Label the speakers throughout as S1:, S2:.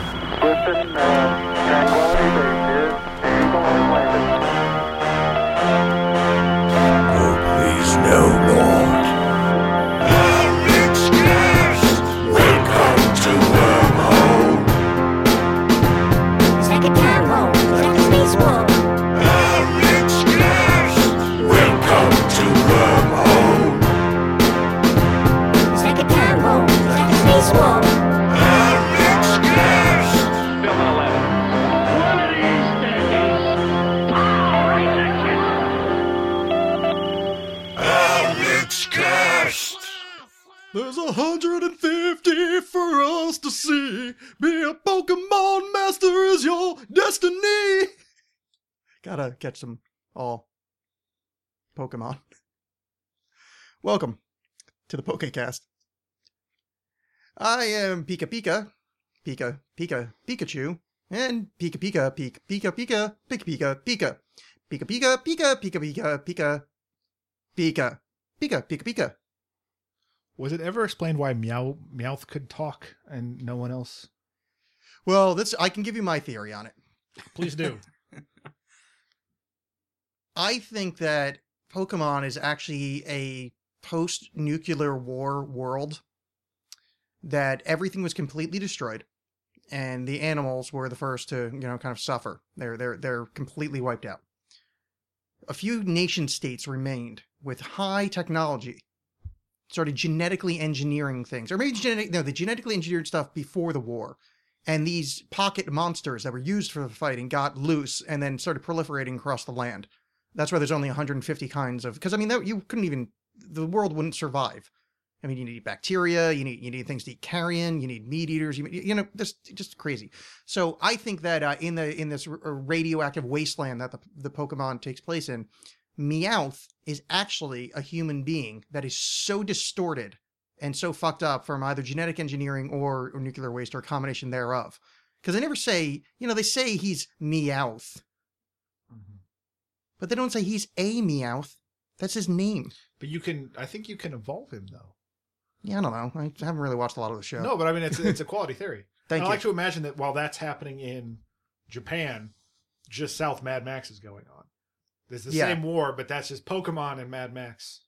S1: Clifton, uh, Tranquility Base here. The Eagle has landed.
S2: Oh, please, no, Lord. Welcome to Wormhole.
S3: It's like a time hole, it's like a space war.
S2: Welcome to Wormhole.
S3: It's like a time hole, it's like a space war.
S4: One of these days, I'll raise a kid.
S5: There's 150 for us to see. Be a Pokemon master is your destiny. Gotta catch them all. Pokemon. Welcome to the Pokecast. I am Pika Pika, Pika Pika Pikachu, and Pika Pika Pika Pika Pika Pika Pika Pika Pika Pika Pika Pika Pika Pika Pika Pika Pika Pika.
S6: Was it ever explained why Meow Meowth could talk and no one else?
S5: Well, this I can give you my theory on it.
S6: Please do.
S5: I think that Pokemon is actually a post nuclear war world that everything was completely destroyed and the animals were the first to, you know, kind of suffer. They're they're they're completely wiped out. A few nation states remained with high technology. Started genetically engineering things. Or maybe genetic no, they genetically engineered stuff before the war. And these pocket monsters that were used for the fighting got loose and then started proliferating across the land. That's why there's only 150 kinds of because I mean that you couldn't even the world wouldn't survive. I mean, you need bacteria, you need you need things to eat carrion, you need meat eaters, you you know, this just crazy. So I think that uh, in the in this r- radioactive wasteland that the the Pokemon takes place in, Meowth is actually a human being that is so distorted and so fucked up from either genetic engineering or, or nuclear waste or a combination thereof. Because they never say, you know, they say he's Meowth,
S6: Mm-hmm.
S5: but they don't say he's a Meowth. That's his name.
S6: But you can. I think you can evolve him though.
S5: Yeah, I don't know. I haven't really watched a lot of the show.
S6: No, but I mean it's it's a quality theory.
S5: Thank
S6: I
S5: you.
S6: like to imagine that while that's happening in Japan, just south Mad Max is going on. There's the
S5: Yeah.
S6: same war, but that's just Pokemon and Mad Max.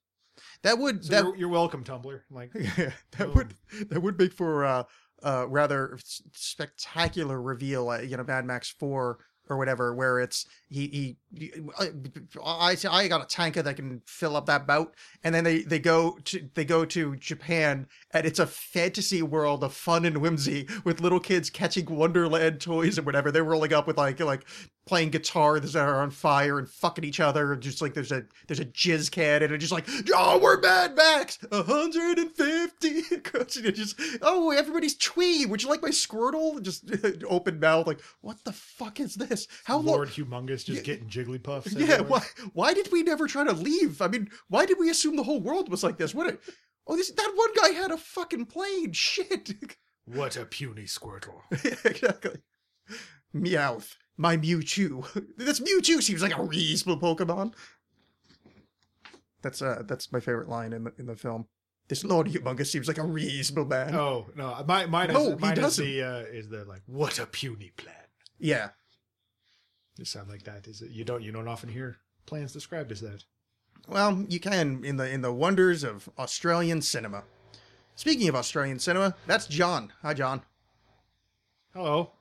S5: that would
S6: So
S5: that
S6: you're, you're welcome, Tumblr. Like
S5: yeah, that
S6: Oh.
S5: would that would make for a uh, uh, rather s- spectacular reveal, uh, you know, Mad Max Four or whatever, where it's he he, I I say, I got a tanker that can fill up that boat, and then they they go to they go to Japan, and it's a fantasy world of fun and whimsy with little kids catching Wonderland toys and whatever. They're rolling up with like like playing guitar that are on fire and fucking each other. and Just like there's a there's a jizz can and it's just like, oh, we're Mad Max, 150. And just oh, everybody's twee. Would you like my Squirtle? And Just open mouth, like what the fuck is this? How long?
S6: Lord Humongous just
S5: Yeah.
S6: getting Jigglypuffs.
S5: Yeah, why why did we never try to leave? I mean, why did we assume the whole world was like this? What? A, oh, this that one guy had a fucking plane. Shit.
S6: What a puny Squirtle.
S5: exactly. Meowth, my Mewtwo. This Mewtwo seems like a reasonable Pokemon. That's uh, that's my favorite line in the in the film. This Lord Humongous seems like a reasonable man.
S6: Oh no, my, mine is,
S5: No, he
S6: mine is
S5: doesn't.
S6: the uh, is the like what a puny plan.
S5: Yeah,
S6: You sound like that. Is it, you don't you don't often hear plans described as that.
S5: well, you can in the in the wonders of Australian cinema. Speaking of Australian cinema, that's John. Hi, John.
S6: Hello.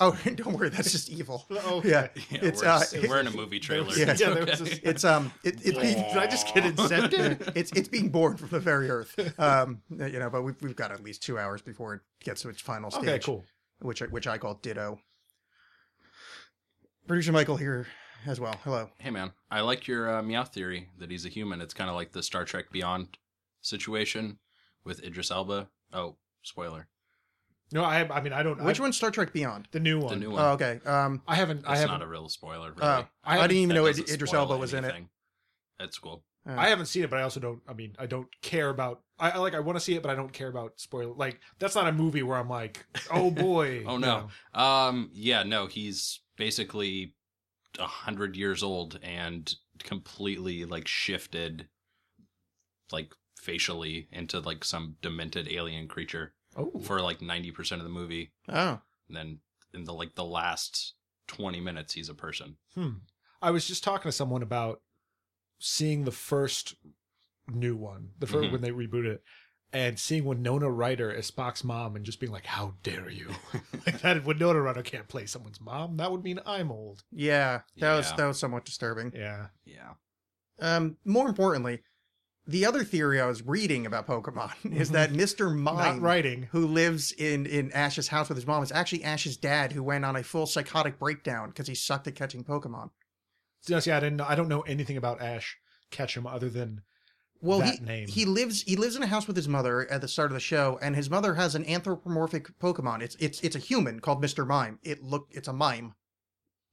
S5: Oh, don't worry, that's just evil.
S6: Oh
S5: Yeah,
S7: Yeah,
S5: it's
S7: we're,
S5: uh,
S7: s- we're in a movie trailer.
S5: yeah,
S6: yeah, there was this-
S5: it's um, it, it's being
S6: Did I just get incepted?
S5: it's it's being born from the very earth. Um, you know, but we've we've got at least two hours before it gets to its final stage,
S6: okay, cool.
S5: which I, which I call ditto. Producer Michael here as well. Hello.
S7: Hey, man, I like your uh, meow theory that he's a human. It's kind of like the Star Trek Beyond situation with Idris Elba. Oh, spoiler.
S6: No, I I mean I don't.
S5: Which
S6: I,
S5: one's Star Trek Beyond?
S6: The new one.
S7: The new one.
S5: Oh, okay. Um,
S6: I haven't. I
S7: it's
S6: haven't.
S7: not a real spoiler, really.
S5: uh, I,
S6: haven't-
S5: didn't even
S7: That
S5: know Id-
S7: doesn't
S5: Idris
S7: spoil
S5: Elba was in it.
S7: anything. That's cool.
S5: Uh,
S6: I haven't seen it, but I also don't. I mean, I don't care about. I, I like. I want to see it, but I don't care about spoiler. Like that's not a movie where I'm like, oh boy.
S7: Oh,
S6: you
S7: no.
S6: know.
S7: Um, yeah, no, he's basically a hundred years old and completely like shifted, like facially into like some demented alien creature
S6: Oh.
S7: for like ninety percent of the movie.
S5: oh,
S7: And then in the like the last 20 minutes he's a person.
S6: Hmm. I was just talking to someone about seeing the first new one, the 1st
S7: Mhm.
S6: when they rebooted it, and seeing Winona Ryder as Spock's mom, and just being like, "How dare you!" like that Winona Ryder can't play someone's mom. That would mean I'm old.
S5: Yeah, that was
S7: Yeah.
S5: that was somewhat disturbing.
S6: Yeah.
S7: Yeah.
S5: Um, more importantly, the other theory I was reading about Pokemon is that Mr.
S6: Not
S5: Mime,
S6: writing.
S5: who lives in in Ash's house with his mom, is actually Ash's dad, who went on a full psychotic breakdown because he sucked at catching Pokemon.
S6: No, see, I didn't. know- I don't know anything about Ash Ketchum other than
S5: Well,
S6: that
S5: he,
S6: name.
S5: he lives he lives in a house with his mother at the start of the show, and his mother has an anthropomorphic Pokemon. It's it's it's a human called Mr. Mime. It look it's a mime.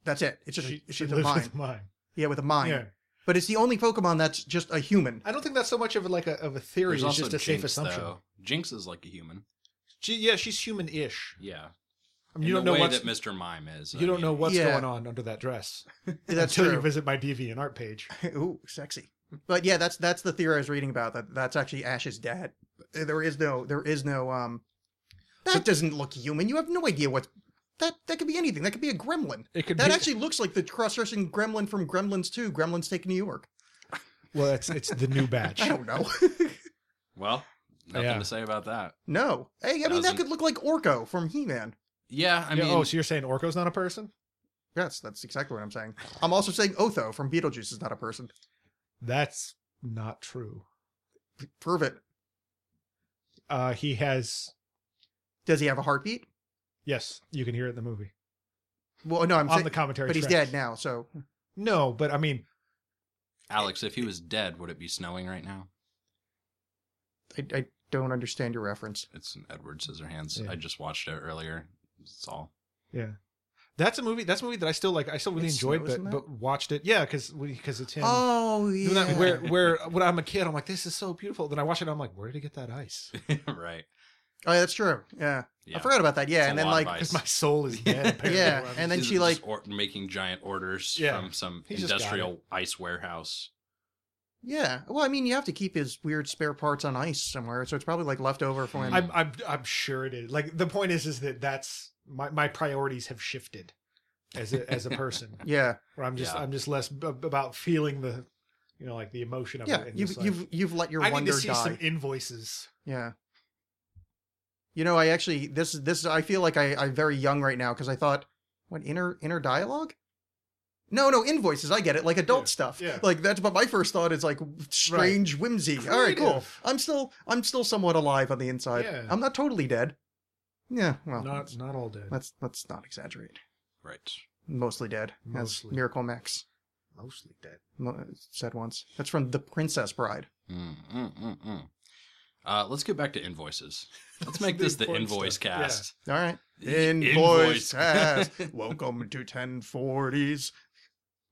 S5: That's it. It's just a-
S6: she,
S5: it's
S6: she
S5: just a
S6: lives
S5: mime.
S6: with mine.
S5: Yeah, with a mime.
S6: Yeah.
S5: But it's the only Pokemon that's just a human.
S6: I don't think that's so much of a, like a of a theory. It's
S7: There's also
S6: just a
S7: Jinx,
S6: safe assumption.
S7: Though. Jinx is like a human.
S6: She, yeah, she's human-ish. I
S7: Yeah. In
S6: mean, Um, you don't
S7: the
S6: know
S7: way
S6: what's
S7: that Mr. Mime is.
S6: you don't know what's
S5: Yeah.
S6: going on under that dress.
S5: That's
S6: until you
S5: true.
S6: visit my DeviantArt art page.
S5: Ooh, sexy. But yeah, that's that's the theory I was reading about. That that's actually Ash's dad. There is no there is no um that doesn't look human. You have no idea what that that could be anything. That could be a gremlin.
S6: It could
S5: That
S6: be,
S5: actually looks like the cross-dressing gremlin from Gremlins 2, Gremlins Take New York.
S6: well, it's it's the new batch.
S5: I don't know.
S7: Well, nothing
S6: Yeah.
S7: to say about that.
S5: no. Hey, I mean that
S7: Doesn't-
S5: could look like Orko from He-Man.
S7: Yeah, I
S6: Yeah,
S7: mean,
S6: oh, so you're saying Orko's not a person?
S5: Yes, that's exactly what I'm saying. I'm also saying Otho from Beetlejuice is not a person.
S6: That's not true.
S5: Prove it.
S6: Uh, he has
S5: Does he have a heartbeat?
S6: yes, you can hear it in the movie
S5: Well, no, I'm
S6: on
S5: saying,
S6: the commentary.
S5: but he's
S6: track.
S5: dead now. So
S6: No, but I mean,
S7: Alex, if he was dead, would it be snowing right now?
S5: I, I don't understand your reference.
S7: It's an Edward Scissorhands.
S6: Yeah.
S7: I just watched it earlier. That's all.
S6: yeah, that's a movie. That's a movie that I still like. I still really
S5: It
S6: enjoyed,
S5: snows
S6: but
S5: in that?
S6: but watched it. Yeah, because because it's him.
S5: Oh
S6: doing
S5: yeah.
S6: that where where when I'm a kid, I'm like, this is so beautiful. Then I watch it, I'm like, where did he get that ice?
S7: right.
S5: oh, yeah, that's true. Yeah.
S7: Yeah.
S5: I forgot about that. Yeah,
S7: It's a
S5: and then
S7: lot of
S5: like
S7: ice.
S6: Because my soul is dead. apparently,
S5: yeah,
S6: where I'm
S5: and then
S7: He's
S5: she
S7: just
S5: like
S7: or- making giant orders
S6: Yeah.
S7: from some
S6: He's just got
S7: industrial ice warehouse.
S5: yeah. Well, I mean, you have to keep his weird spare parts on ice somewhere, so it's probably like left over from when.
S6: I'm, I'm I'm sure it is. Like the point is, is that that's my, my priorities have shifted as a, as a person.
S5: yeah,
S6: Where I'm just
S7: Yeah.
S6: I'm just less b- about feeling the, you know, like the emotion of
S5: yeah.
S6: it. and
S5: You've
S6: just like,
S5: you've you've let your
S6: I need
S5: wonder
S6: to see
S5: die.
S6: some invoices.
S5: Yeah. You know, I actually this this I feel like I I'm very young right now because I thought what inner inner dialogue. No, no invoices. I get it, like adult
S6: Yeah,
S5: stuff.
S6: yeah.
S5: Like that's but my first thought is like strange whimsy. All right, cool.
S6: Creative.
S5: I'm still I'm still somewhat alive on the inside.
S6: Yeah.
S5: I'm not totally dead. Yeah, well,
S6: Not not all dead.
S5: let's let's not exaggerate.
S7: Right.
S5: Mostly dead,
S6: Mostly.
S5: as Miracle Max
S6: Mostly dead.
S5: mo- said once. That's from The Princess Bride.
S7: Mm, mm, mm, mm. Uh, let's get back to invoices. Let's
S6: That's
S7: make
S6: the
S7: this the
S6: important
S7: invoice
S6: stuff, yeah.
S7: cast.
S5: All right.
S7: The
S5: Invoice cast. Welcome to 1040s.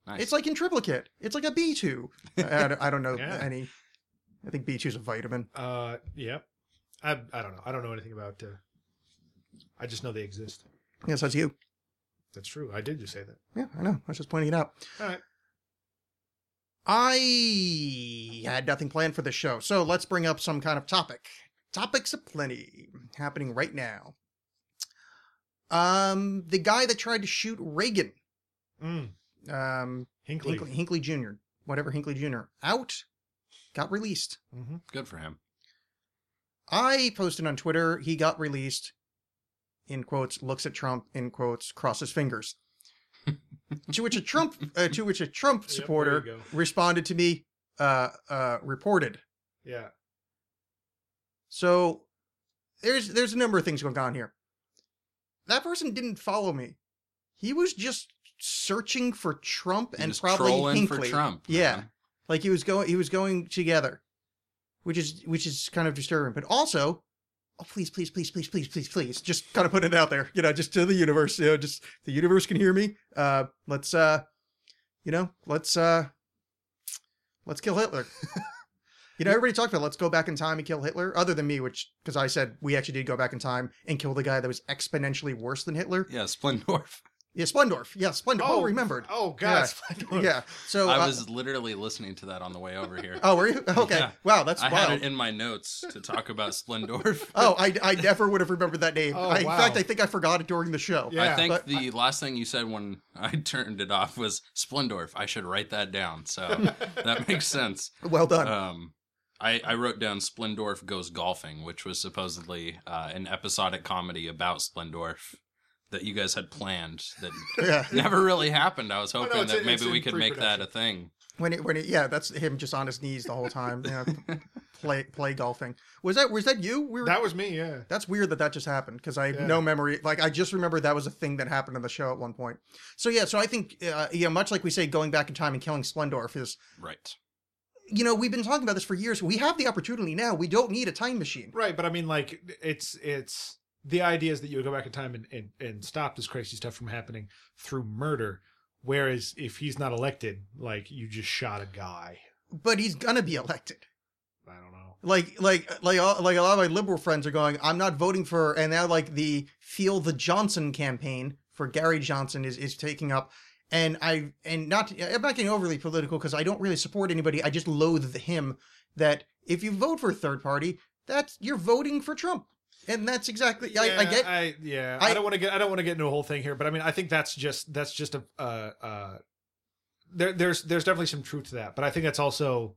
S7: Nice.
S5: It's like in triplicate. It's like a B2. I, I don't- I don't know
S6: Yeah.
S5: any. I think B2 is a vitamin.
S6: Uh, yep. I I don't know. I don't know anything about. Uh, I just know they exist.
S5: Yes, that's you.
S6: That's true. I did just say that.
S5: Yeah, I know. I was just pointing it out.
S6: All right.
S5: I had nothing planned for this show, so let's bring up some kind of topic. Topics aplenty happening right now. Um, the guy that tried to shoot Reagan,
S6: Mm.
S5: um,
S6: Hinkley.
S5: Hinkley, Hinkley Jr., whatever Hinkley Jr., out, got released.
S6: Mm-hmm.
S7: Good for him.
S5: I posted on Twitter, he got released, in quotes, looks at Trump, in quotes, crosses fingers. to which a Trump, uh, to which a Trump
S6: Yep, there
S5: supporter
S6: you go.
S5: responded to me, uh, uh, reported.
S6: Yeah.
S5: So there's there's a number of things going on here. That person didn't follow me. He was just searching for Trump
S7: He
S5: and
S7: was
S5: probably
S7: trolling for
S5: Hinckley.
S7: Trump,
S5: Yeah,
S7: man.
S5: like he was going he was going together, which is which is kind of disturbing. But also, oh please please please please please please please just kind of put it out there, you know, just to the universe, you know, just the universe can hear me. Uh, let's uh, you know, let's uh, let's kill Hitler. You know, everybody talked about let's go back in time and kill Hitler, other than me, which because I said we actually did go back in time and kill the guy that was exponentially worse than Hitler.
S7: Yeah, Splendorf.
S5: Yeah, Splendorf. Yeah, Splendorf. Oh, remembered.
S6: Oh God, Splendor.
S5: Yeah. So
S7: I
S5: uh,
S7: was literally listening to that on the way over here.
S5: Oh, were you? Okay.
S7: Yeah.
S5: Wow, that's
S7: I
S5: wild.
S7: had it in my notes to talk about Splendorf.
S5: oh, I, I never would have remembered that name.
S6: Oh,
S5: I, in
S6: wow.
S5: fact, I think I forgot it during the show.
S6: Yeah.
S7: I think
S5: but
S7: the last thing you said when I turned it off was Splendorf. I should write that down. So that makes sense.
S5: Well done.
S7: Um, I, I wrote down Splendorf Goes Golfing, which was supposedly uh, an episodic comedy about Splendorf that you guys had planned that
S5: yeah.
S7: never really happened. I was
S6: Oh, no,
S7: hoping
S6: it's
S7: that
S6: in- it's
S7: maybe
S6: in
S7: we could make that
S6: pre-production.
S7: a thing.
S5: When it when it yeah, that's him just on his knees the whole time. Yeah. play play golfing. Was that was that you? We were.
S6: That was me. Yeah.
S5: that's weird that that just happened because I have
S6: Yeah.
S5: no memory. Like I just remember that was a thing that happened on the show at one point. So yeah, so I think uh, yeah, much like we say, going back in time and killing Splendorf is
S7: Right.
S5: you know we've been talking about this for years. We have the opportunity now. We don't need a time machine.
S6: Right, but I mean, like, it's it's the idea is that you would go back in time and, and and stop this crazy stuff from happening through murder. Whereas if he's not elected, like, you just shot a guy.
S5: But he's gonna be elected.
S6: I don't know.
S5: like like like all, like a lot of my liberal friends are going i'm not voting for and now like the feel the johnson campaign for gary johnson is is taking up and i and not i'm not getting overly political because i don't really support anybody i just loathe him that if you vote for a third party that's you're voting for trump and that's exactly I, I get
S6: I, yeah, I,
S5: I-
S6: don't want to get. I don't want to get into a whole thing here, but I mean, I think that's just that's just a. Uh, uh, there, there's there's definitely some truth to that, but I think that's also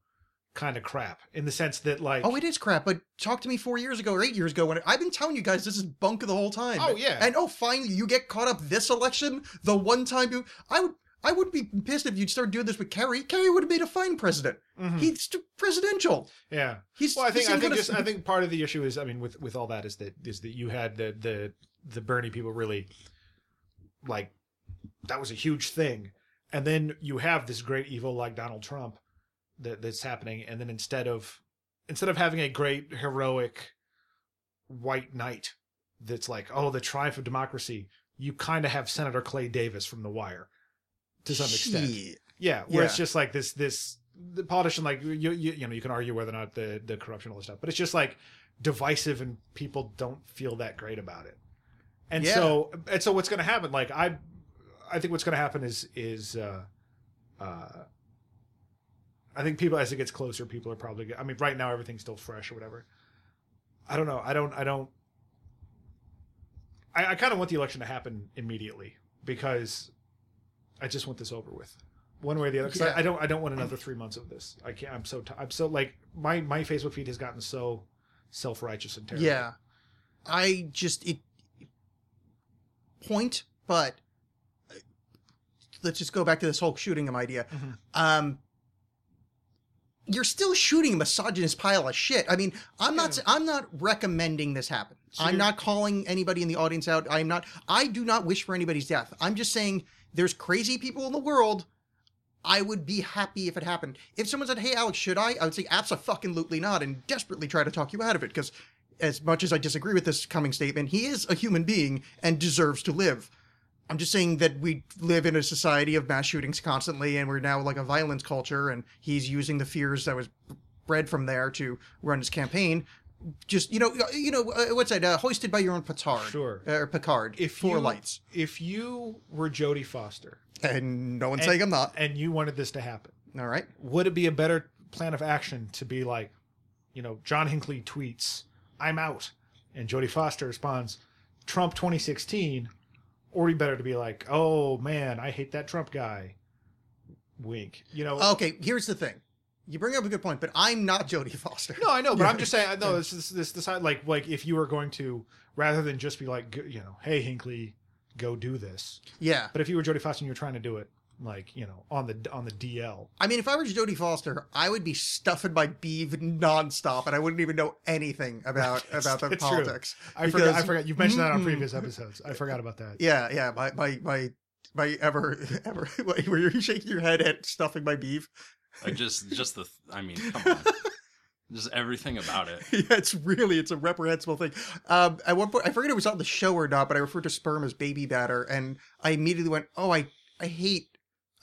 S6: kind of crap in the sense that like
S5: Oh, it is crap. But talk to me four years ago or eight years ago when I've been telling you guys this is bunk the whole time.
S6: Oh, yeah.
S5: And oh, finally you get caught up this election. The one time you, I would, I would be pissed if you'd start doing this with Kerry. Kerry would have made a fine president.
S6: Mhm.
S5: He's t- presidential.
S6: yeah
S5: He's.
S6: Well, I think
S5: he's
S6: I think
S5: gonna-
S6: just, I think part of the issue is I mean with with all that is that is that you had the the the Bernie people really like that was a huge thing, and then you have this great evil like Donald Trump that that's happening, and then instead of instead of having a great heroic white knight that's like oh the triumph of democracy, you kind of have Senator Clay Davis from The Wire to some extent.
S5: Shit.
S6: Yeah, where it's
S5: Yeah.
S6: just like this this the politician like you, you you know you can argue whether or not the the corruption all this stuff, but it's just like divisive and people don't feel that great about it. And
S5: Yeah.
S6: so and so what's going to happen? Like I I think what's going to happen is is uh, uh, I think people as it gets closer, people are probably. go- I mean, right now everything's still fresh or whatever. I don't know. I don't. I don't. I, I kind of want the election to happen immediately because I just want this over with, one way or the other. Because
S5: Yeah. Um,
S6: I, I don't. I don't want another three months of this. I can't. I'm so. T- I'm so like my my Facebook feed has gotten so self righteous and terrible.
S5: Yeah. I just it point, but let's just go back to this whole shooting him idea.
S6: Mhm.
S5: Um you're still shooting a misogynist pile of shit. I mean, I'm not
S6: Yeah.
S5: I'm not recommending this happen.
S6: So
S5: I'm
S6: you're-
S5: not calling anybody in the audience out. I'm not I do not wish for anybody's death. I'm just saying there's crazy people in the world. I would be happy if it happened. If someone said, "Hey, Alex, should I?" I would say, "Absolutely not," and desperately try to talk you out of it because, as much as I disagree with this coming statement, he is a human being and deserves to live. I'm just saying that we live in a society of mass shootings constantly, and we're now like a violence culture, and he's using the fears that was bred from there to run his campaign. Just you know, you know uh, what's that? Uh, hoisted by your own petard,
S6: Sure.
S5: uh, or Picard.
S6: If
S5: four
S6: you-
S5: lights,
S6: If you were Jodie Foster
S5: and no one's
S6: And-
S5: saying I'm not.
S6: and you wanted this to happen,
S5: All right.
S6: would it be a better plan of action to be like, you know, John Hinckley tweets, "I'm out," and Jodie Foster responds, "Trump 2016," or be better to be like, "Oh man, I hate that Trump guy." Wink. You know.
S5: Okay, here's the thing. You bring up a good point, but I'm not Jodie Foster.
S6: no, I know, but I'm just saying. I know this is this this like like if you were going to rather than just be like g- you know, hey Hinckley, go do this.
S5: Yeah.
S6: But if you were Jodie Foster and you were trying to do it like you know on the on the DL,
S5: I mean, if I were Jodie Foster, I would be stuffing my beef nonstop, and I wouldn't even know anything about
S6: That's-
S5: about the
S6: that's true.
S5: politics.
S6: I forgot. I
S5: because-
S6: forgot. You've mentioned that on
S5: Mm-mm.
S6: previous episodes. I forgot about that.
S5: Yeah, yeah. My my my my ever ever. Were you shaking your head at stuffing my beef?
S7: I just, just the, I mean, come on. Just everything about it.
S5: yeah, it's really it's a reprehensible thing. Um, at one point, I forget if it was on the show or not, but I referred to sperm as baby batter, and I immediately went, "Oh, I I hate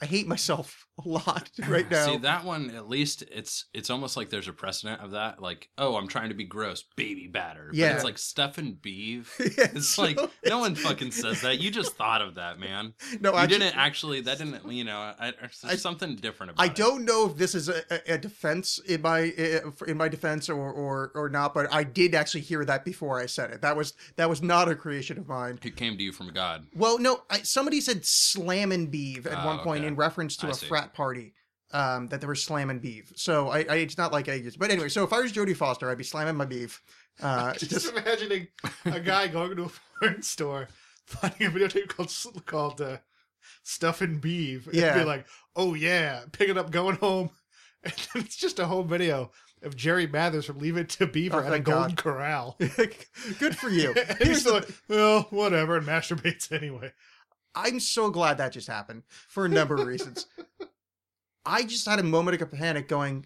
S5: I hate myself a lot right now.
S7: See that one at least it's it's almost like there's a precedent of that like oh I'm trying to be gross baby batter but
S5: Yeah.
S7: it's like Stefan Beeve
S5: Yeah,
S7: it's
S5: so
S7: like no
S5: it's-
S7: one fucking says that you just thought of that man
S5: No,
S7: you
S5: Oh, I
S7: didn't actually that didn't you know I, there's
S5: I-
S7: something different about
S5: I
S7: it.
S5: don't know if this is a, a- a defense in my eh, in my defense or, or or not, but I did actually hear that before I said it. That was that was not a creation of mine.
S7: it came to you from God
S5: Well, no, I, somebody said slam and beeve at
S7: Ah,
S5: one point
S7: okay.
S5: in reference to
S7: I
S5: a
S7: see.
S5: frat party um, that they were slamming beeve. So I, I it's not like I used, but anyway. So if I was Jodie Foster, I'd be slamming my beeve. Uh,
S6: just,
S5: just
S6: imagining a guy going to a porn store, finding a videotape called called uh, "Stuff and Beeve," and
S5: Yeah.
S6: be like, "Oh yeah," pick it up, going home, and then it's just a home video of Jerry Mathers from "Leave It to Beaver"
S5: Oh,
S6: at a
S5: thank
S6: Golden
S5: God.
S6: Corral.
S5: good for you.
S6: and
S5: Here's
S6: he's
S5: the-
S6: like, "Well, whatever," and masturbates anyway.
S5: I'm so glad that just happened for a number of reasons. I just had a moment of panic going,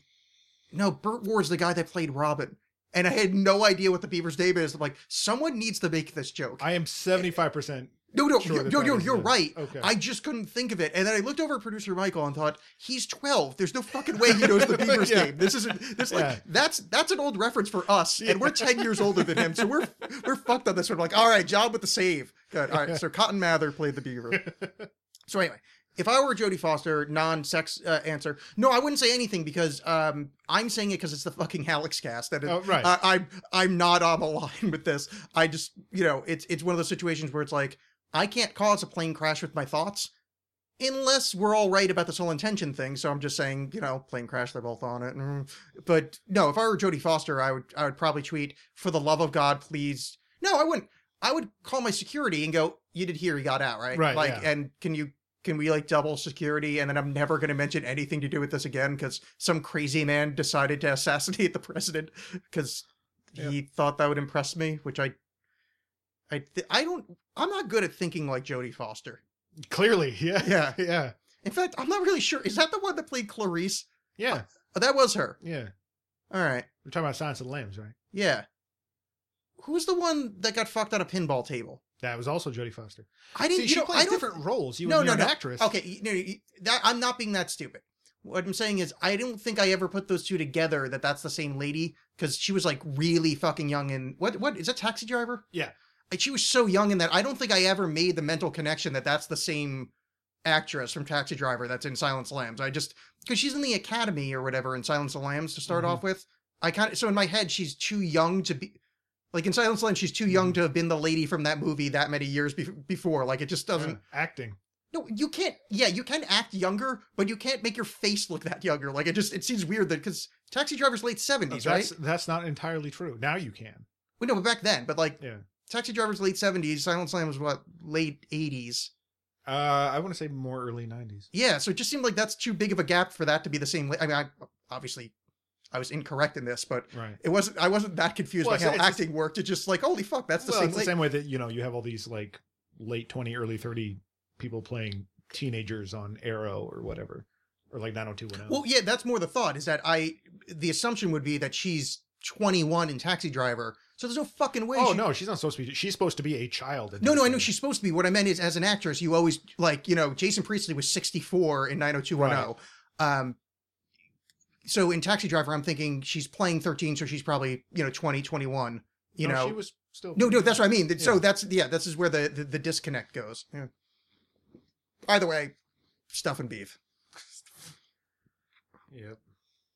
S5: no, Burt Ward's the guy that played Robin. And I had no idea what the Beaver's name is. I'm like, someone needs to make this joke.
S6: I am seventy five percent.
S5: no, no,
S6: sure
S5: you-
S6: that
S5: no,
S6: that
S5: no,
S6: is
S5: Oh, you're
S6: it.
S5: right.
S6: Okay.
S5: I just couldn't think of it. And then I looked over at producer Michael and thought, he's 12. There's no fucking way he knows the Beaver's
S6: Yeah.
S5: name. This isn't, this
S6: Yeah.
S5: like, that's, that's an old reference for us. And we're 10 years older than him. So we're, we're fucked on this one. like, all right, job with the save. Good. All right. So Cotton Mather played the Beaver. So anyway, if I were Jodie Foster, non-sex uh, answer, no, I wouldn't say anything because um, I'm saying it because it's the fucking Alex cast. That it-
S6: Oh, right.
S5: I, I'm I'm not on the line with this. I just you know it's it's one of those situations where it's like I can't cause a plane crash with my thoughts. Unless we're all right about this whole intention thing, so I'm just saying, you know, plane crash, they're both on it. mm. But no, if I were Jodie Foster, I would, I would probably tweet, "For the love of God, please." No, I wouldn't. I would call my security and go, "You did hear he got out, right?
S6: Right,
S5: Like,
S6: yeah.
S5: and can you can we like double security and then i'm never going to mention anything to do with this again because some crazy man decided to assassinate the president because he thought that would impress me which i i th- i don't i'm not good at thinking like jodie foster
S6: Clearly, yeah,
S5: Yeah.
S6: yeah,
S5: in fact i'm not really sure is that the one that played clarice
S6: yeah,
S5: oh, that was her
S6: yeah.
S5: all right
S6: We're talking about Silence of the Lambs, right?
S5: yeah who's the one that got fucked on a pinball table
S6: That was also Jodie Foster.
S5: i didn't
S6: See,
S5: you
S6: she
S5: know,
S6: plays
S5: I don't,
S6: different roles. You
S5: no,
S6: and
S5: no,
S6: an
S5: no.
S6: actress.
S5: Okay, you, no, you, that, I'm not being that stupid. What I'm saying is, I don't think I ever put those two together that that's the same lady because she was like really fucking young in what what is that Taxi Driver?
S6: Yeah.
S5: Like, she was so young in that I don't think I ever made the mental connection that that's the same actress from Taxi Driver that's in Silence of the Lambs. I just because she's in the Academy or whatever in Silence of the Lambs to start
S6: Mhm.
S5: off with. I kind of so in my head she's too young to be. Like in Silence of the Lambs, she's too young to have been the lady from that movie that many years bef before. Like it just doesn't.
S6: Yeah, acting.
S5: No, you can't. Yeah, you can act younger, but you can't make your face look that younger. Like it just it seems weird that because Taxi Driver's late seventies, right?
S6: that's that's not entirely true. Now you can.
S5: We know, but back then, but like
S6: Yeah.
S5: Taxi Driver's late seventies, Silent Slam was what late eighties.
S6: Uh, I want to say more early '90s.
S5: Yeah, so it just seemed like that's too big of a gap for that to be the same. la- I mean, I obviously I was incorrect in this, but
S6: Right.
S5: it wasn't. I wasn't that confused
S6: Well,
S5: by
S6: it's-
S5: how
S6: it's just-
S5: acting worked. It's just like holy fuck, that's the
S6: well,
S5: same.
S6: it's the
S5: la-
S6: same way that you know you have all these like late 20, early 30 people playing teenagers on Arrow or whatever, or like 90210.
S5: Well, yeah, that's more the thought is that I the assumption would be that she's twenty one in Taxi Driver, so there's no fucking way.
S6: oh
S5: she,
S6: no, she's not supposed to be. She's supposed to be a child. in
S5: No,
S6: this
S5: no, I know
S6: movie.
S5: she's supposed to be. What I meant is, as an actress, you always like, you know, Jason Priestley was 64 in 90210. Um, so in Taxi Driver, I'm thinking she's playing 13, so she's probably, you know, 20, 21, you
S6: No,
S5: know.
S6: she was still.
S5: no, no, that's what I mean. So
S6: Yeah.
S5: that's, yeah, this is where the, the, the disconnect goes. Yeah. Either way, stuff and beef.
S6: Yep.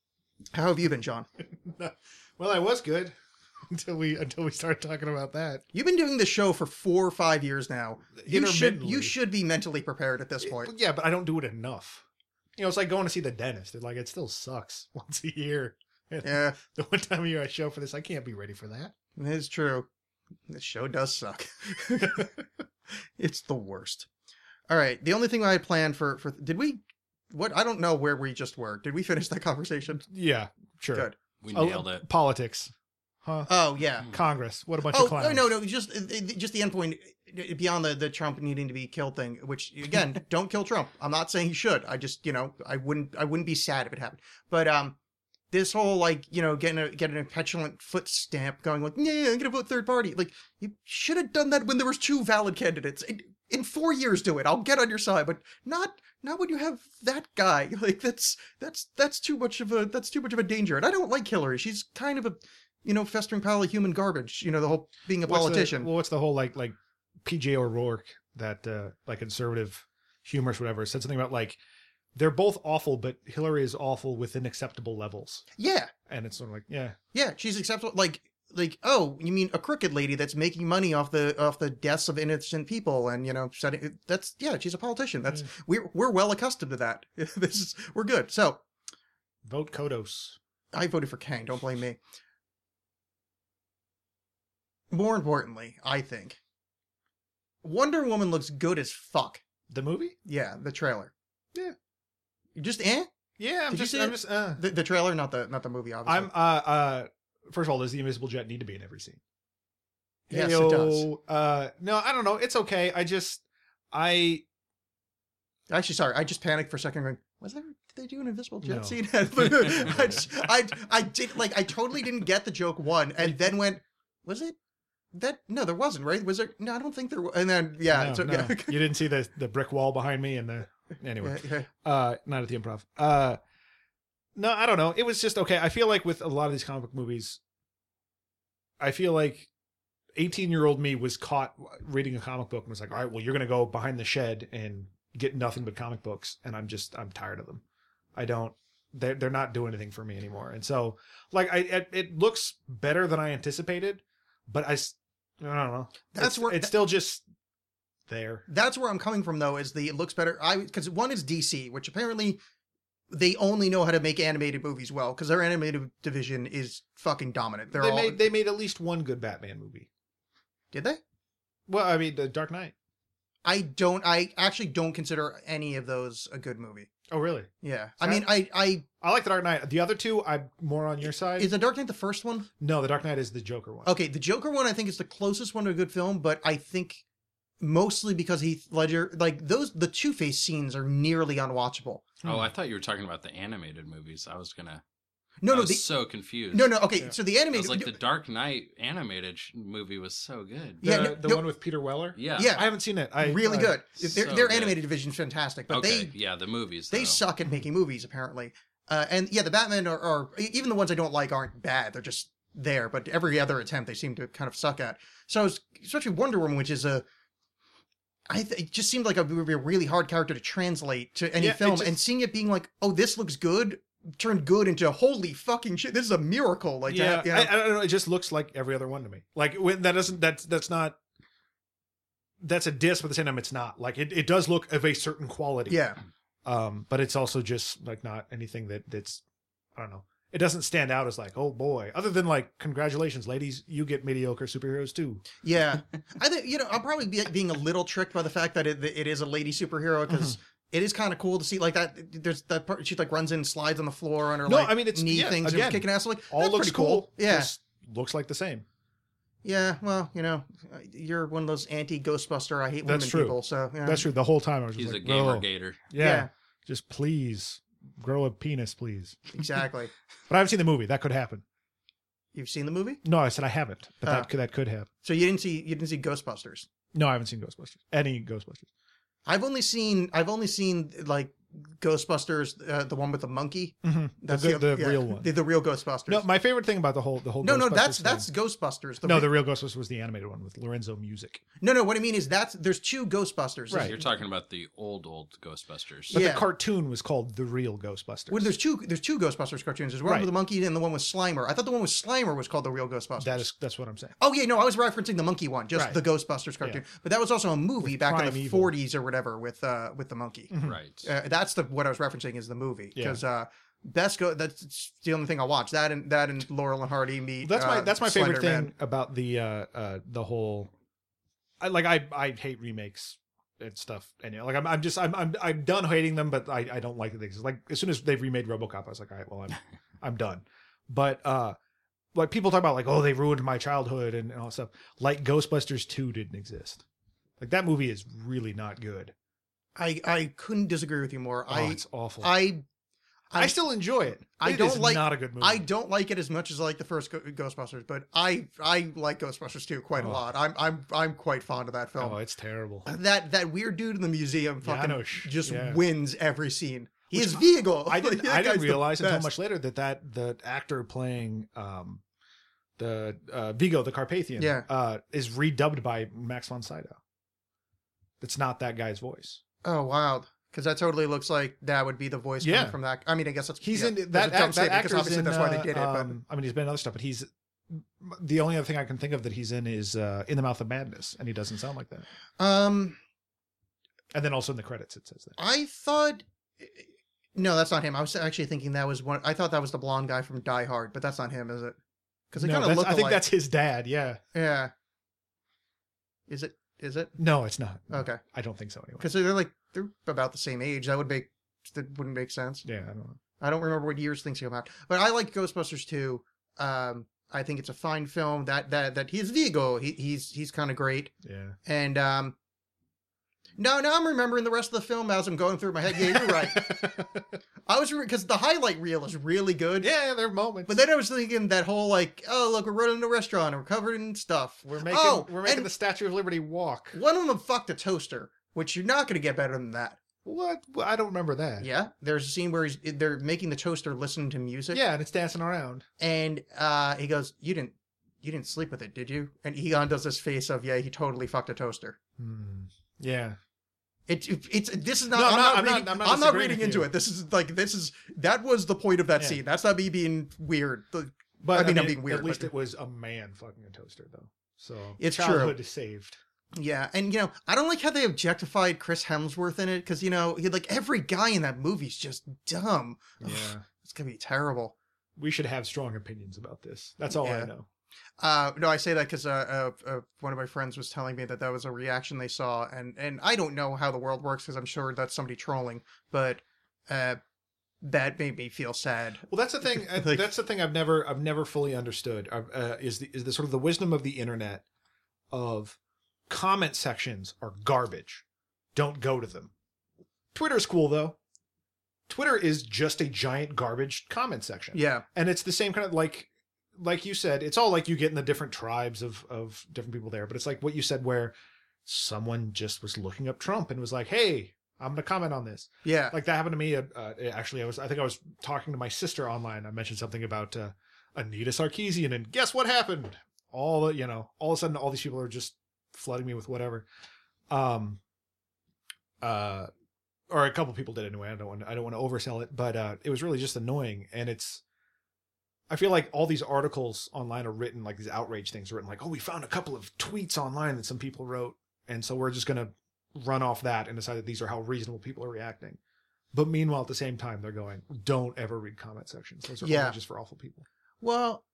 S5: How have you been, John?
S6: Well, I was good until we until we started talking about that.
S5: You've been doing this show for four or five years now. You should, you
S6: Intermittently.
S5: should be mentally prepared at this point.
S6: Eh, But yeah, but I don't do it enough. You know, it's like going to see the dentist. It, like it still sucks once a year. And
S5: Yeah,
S6: The one time a year I show for this, I can't be ready for that.
S5: It is true. This show does suck. it's the worst. All right. The only thing I had planned for for did we what I don't know where we just were. Did we finish that conversation?
S6: Yeah, sure.
S5: Good.
S7: we
S6: Oh,
S7: nailed it
S6: Politics, huh?
S5: Oh yeah.
S6: Congress. What a bunch
S5: Oh
S6: of clowns.
S5: no, no no just uh, uh, just the end point uh, beyond the the Trump needing to be killed thing. Which again, don't kill Trump. I'm not saying you should. I just you know I wouldn't I wouldn't be sad if it happened. But um. This whole like you know getting a getting a petulant foot stamp going like yeah, yeah I'm gonna vote third party like you should have done that when there was two valid candidates. It, in four years do it. I'll get on your side, but not not when you have that guy. Like that's that's that's too much of a that's too much of a danger. And I don't like Hillary. She's kind of a you know festering pile of human garbage. You know the whole being a
S6: What's the-
S5: politician.
S6: well, what's the whole like like PJ O'Rourke that uh like conservative humorist whatever said something about like they're both awful, but Hillary is awful within acceptable levels.
S5: yeah,
S6: And it's sort of like, yeah,
S5: yeah. She's acceptable. Like like oh, you mean a crooked lady that's making money off the off the deaths of innocent people and you know setting that's yeah. She's a politician. That's
S6: Mm.
S5: we're we're well accustomed to that. this is we're good. So
S6: vote Kodos.
S5: I voted for Kang. Don't blame me. More importantly, I think Wonder Woman looks good as fuck.
S6: The movie?
S5: Yeah, the trailer.
S6: Yeah.
S5: Just eh?
S6: Yeah,
S5: Did
S6: I'm
S5: you
S6: just
S5: see
S6: I'm
S5: it?
S6: just uh
S5: The, the trailer, not the not the movie. Obviously,
S6: I'm uh uh first of all, does the invisible jet need to be in every scene?
S5: Yes, it
S6: Heyo.
S5: does.
S6: Uh no, I don't know. It's okay. I just I
S5: actually sorry. I just panicked for a second. Going, was there? Did they do an invisible jet
S6: No.
S5: scene? I, just- I I did like I totally didn't get the joke one, and then went, was it? That no, there wasn't right. Was there? No, I don't think there. Was. And then yeah,
S6: no,
S5: it's okay.
S6: no. you didn't see the the brick wall behind me and the anyway.
S5: Yeah, yeah.
S6: uh not at the improv uh no i don't know it was just okay i feel like with a lot of these comic book movies i feel like 18 year old me was caught reading a comic book and was like all right well you're gonna go behind the shed and get nothing but comic books and i'm just i'm tired of them i don't they're, they're not doing anything for me anymore and so like i it, it looks better than i anticipated but i s- i don't know
S5: That's
S6: it's,
S5: where-
S6: it's still just there
S5: that's where I'm coming from though is the it looks better I because one is DC which apparently they only know how to make animated movies well because their animated division is fucking dominant they're
S6: they
S5: all
S6: made they made at least one good batman movie
S5: did they
S6: Well, I mean, the Dark Knight.
S5: I don't I actually don't consider any of those a good movie
S6: Oh, really?
S5: yeah I
S6: So-
S5: mean I I
S6: I like the Dark Knight. The other two, I'm more on your side.
S5: is the Dark Knight the first one
S6: no, the Dark Knight is the Joker one.
S5: okay the Joker one I think is the closest one to a good film but I think mostly because Heath Ledger like those the Two Face scenes are nearly unwatchable
S7: Oh, I thought you were talking about the animated movies. I was gonna.
S5: no
S7: I
S5: no
S7: was
S5: the,
S7: so confused.
S5: no no okay
S6: Yeah.
S5: so the
S7: It
S5: animated
S7: was like the Dark Knight animated sh- movie was so good.
S6: The,
S5: yeah, no-
S6: the
S5: no-
S6: one with Peter Weller.
S7: Yeah.
S5: yeah
S6: I haven't seen it. I
S5: really
S6: I-
S5: good. Their,
S7: so
S5: their
S7: good.
S5: animated division's fantastic, but
S7: okay.
S5: they
S7: yeah, the movies.
S5: they
S7: though.
S5: suck at making movies apparently. Uh, and yeah, the Batman are, are e- even the ones I don't like aren't bad. They're just there. But every other attempt they seem to kind of suck at. So I was especially Wonder Woman, which is a I th- it just seemed like a, would be a really hard character to translate to any
S6: Yeah, it
S5: film,
S6: just-
S5: and seeing it being like, oh, this looks good, turned good into holy fucking shit, this is a miracle. Like, to
S6: yeah,
S5: have- you know?
S6: I, I don't know. It just looks like every other one to me. Like when that doesn't. That's that's not. That's a diss, but at the same time, it's not. Like it, it does look of a certain quality.
S5: yeah,
S6: Um, but it's also just like not anything that that's. I don't know. It doesn't stand out as like, oh boy. Other than like, congratulations, ladies, you get mediocre superheroes too.
S5: Yeah, I think you know I'm probably be, being a little tricked by the fact that it, it is a lady superhero because
S6: Mm-hmm.
S5: is kind of cool to see like that. There's that part she like runs in, slides on the floor on her
S6: No,
S5: like
S6: I mean, it's-
S5: knee
S6: yeah,
S5: things
S6: again,
S5: and kicking ass. I'm Like
S6: All
S5: that's
S6: looks
S5: pretty
S6: cool.
S5: Yeah,
S6: Just looks like the same.
S5: yeah. Well, you know, uh, you're one of those anti Ghostbuster. I hate
S6: That's
S5: women
S6: true.
S5: people. So yeah.
S6: That's true. The whole time I was just
S7: He's a
S6: like, oh.
S7: gamer
S6: "Whoa,
S7: gator.
S6: Yeah,
S5: Um, Yeah.
S6: Just please grow a penis, please.
S5: exactly.
S6: But I haven't seen the movie. That could happen.
S5: You've seen the movie,
S6: No, I said I haven't. But
S5: Ah.
S6: that could that could happen.
S5: so you didn't see you didn't see Ghostbusters.
S6: No, I haven't seen Ghostbusters. Any Ghostbusters.
S5: I've only seen I've only seen like Ghostbusters, uh, the one with the monkey.
S6: Mhm. The good- the
S5: yeah,
S6: real one.
S5: Mm-hmm. the, the real Ghostbusters.
S6: No, my favorite thing about the whole the whole
S5: no, no,
S6: Ghostbusters
S5: that's
S6: thing-
S5: that's Ghostbusters.
S6: no,
S5: re-
S6: the real Ghostbusters was the animated one with Lorenzo Music.
S5: No, no. What I mean is that's there's two Ghostbusters.
S6: Right.
S7: You're talking about the old old Ghostbusters.
S6: But
S5: Yeah.
S6: the cartoon was called the real Ghostbusters.
S5: Well, there's two. There's two Ghostbusters cartoons. There's one
S6: Right.
S5: with the monkey and the one with Slimer. I thought the one with Slimer was called the real Ghostbusters.
S6: that is that's what I'm saying.
S5: Oh yeah, no, I was referencing the monkey one, just
S6: Right.
S5: the Ghostbusters cartoon. But that was also a movie
S6: With
S5: back in the
S6: Prime Evil. Mm.
S5: 40s or whatever with uh with the monkey.
S6: Hmm. Mm-hmm.
S7: Right.
S5: Uh, that's the what I was referencing is the movie
S6: Yeah.
S5: because uh, best go that's the only thing I watch. That and that and Laurel and Hardy meet.
S6: That's my
S5: uh,
S6: that's my
S5: Slender
S6: favorite thing
S5: Man.
S6: about the uh uh the whole I like I I hate remakes and stuff and you know, like I'm I'm just I'm I'm I'm done hating them but I I don't like the things like as soon as they've remade RoboCop I was like all right well I'm I'm done but uh like people talk about like oh they ruined my childhood and, and all that stuff like Ghostbusters 2 didn't exist like that movie is really not good
S5: I I couldn't disagree with you more.
S6: oh
S5: I
S6: it's awful
S5: I
S6: I,
S5: I-
S6: still enjoy it.
S5: I
S6: It
S5: don't
S6: is
S5: like-
S6: not a good movie.
S5: I don't like it as much as I like the first Go- Ghostbusters, but I I like Ghostbusters too quite
S6: Oh.
S5: a lot. I'm I'm I'm quite fond of that film.
S6: oh, it's terrible.
S5: that that weird dude in the museum fucking
S6: Janusz,
S5: just
S6: yeah.
S5: wins every scene. He
S6: Which
S5: is Vigo.
S6: I didn't.
S5: That
S6: I
S5: guy's
S6: didn't
S5: the
S6: realize until
S5: best.
S6: much later that that the actor playing um, the uh, Vigo the Carpathian
S5: Yeah.
S6: uh, is redubbed by Max von Sydow. It's not that guy's voice.
S5: Oh wow. Because that totally looks like that would be the voice coming
S6: Yeah.
S5: from that. I mean, I guess that's
S6: He's
S5: yeah,
S6: in
S5: that's
S6: that,
S5: a dumb
S6: act, that
S5: statement, 'cause
S6: actor's
S5: obviously
S6: in.
S5: that's why they did it.
S6: uh,
S5: But
S6: um, I mean, he's been in other stuff, but he's the only other thing I can think of that he's in is uh, in the Mouth of Madness, and he doesn't sound like that.
S5: Um,
S6: And then also in the credits, it says that.
S5: I thought. No, that's not him. I was actually thinking that was one. I thought that was the blonde guy from Die Hard, but that's not him, is it? Because they
S6: No,
S5: kind of
S6: that's-
S5: look.
S6: I think
S5: alike.
S6: that's his dad. Yeah.
S5: yeah. Is it? Is it?
S6: No, it's not.
S5: Okay,
S6: I don't think so. Anyway.
S5: because they're like they're about the same age. That would make that wouldn't make sense.
S6: Yeah, I don't know.
S5: I don't remember what years things came out, but I like Ghostbusters too. Um, I think it's a fine film. That that that he's Vigo. He, he's he's kind of great.
S6: Yeah.
S5: And um, no, now I'm remembering the rest of the film as I'm going through my head. Yeah, you're right. I was because the highlight reel is really good.
S6: yeah, there are moments.
S5: But then I was thinking that whole like, oh look, we're running a restaurant, and we're covered in stuff.
S6: We're making
S5: Oh,
S6: we're making
S5: and-
S6: the Statue of Liberty walk.
S5: One of them fucked a toaster, which you're not gonna get better than that.
S6: What? Well, I don't remember that.
S5: Yeah, there's a scene where he's they're making the toaster listen to music.
S6: Yeah, and it's dancing around.
S5: and uh, he goes, "You didn't, you didn't sleep with it, did you?" And Egon does this face of, "Yeah, he totally fucked a toaster."
S6: Hmm. Yeah.
S5: It, it- it's this is not.
S6: No,
S5: I'm, not,
S6: I'm not- I'm not-
S5: reading,
S6: I'm not
S5: I'm not
S6: disagreeing
S5: reading
S6: with
S5: into
S6: you.
S5: it. This is like this is that was the point of that
S6: Yeah.
S5: scene. That's not me being weird. The-
S6: But
S5: I mean, I'm being weird,
S6: At least
S5: but-
S6: it was a man fucking a toaster, though. So
S5: It's true.
S6: childhood is saved.
S5: yeah, and you know, I don't like how they objectified Chris Hemsworth in it because you know, he like every guy in that movie's just dumb.
S6: Yeah.
S5: It's gonna be terrible.
S6: we should have strong opinions about this. That's all
S5: Yeah.
S6: I know.
S5: Uh, no, I say that because uh, uh, uh, one of my friends was telling me that that was a reaction they saw, and and I don't know how the world works because I'm sure that's somebody trolling, but uh, that made me feel sad.
S6: Well, that's the thing. uh,
S5: Like-
S6: that's the thing I've never I've never fully understood uh, uh, is the is the sort of the wisdom of the internet of comment sections are garbage. Don't go to them. Twitter's cool though. Twitter is just a giant garbage comment section.
S5: Yeah,
S6: and it's the same kind of like like you said it's all like you get in the different tribes of of different people there but it's like what you said where someone just was looking up trump and was like hey i'm gonna comment on this
S5: yeah,
S6: like that happened to me uh, uh, actually i was i think i was talking to my sister online i mentioned something about uh, anita sarkeesian and guess what happened all the you know all of a sudden all these people are just flooding me with whatever um uh or a couple people did anyway i don't want i don't want to oversell it but uh it was really just annoying and it's I feel like all these articles online are written like these outrage things are written like, oh, we found a couple of tweets online that some people wrote, and so we're just gonna run off that and decide that these are how reasonable people are reacting. But meanwhile, at the same time, they're going, don't ever read comment sections. Those are
S5: Yeah.
S6: only just for awful people.
S5: Well,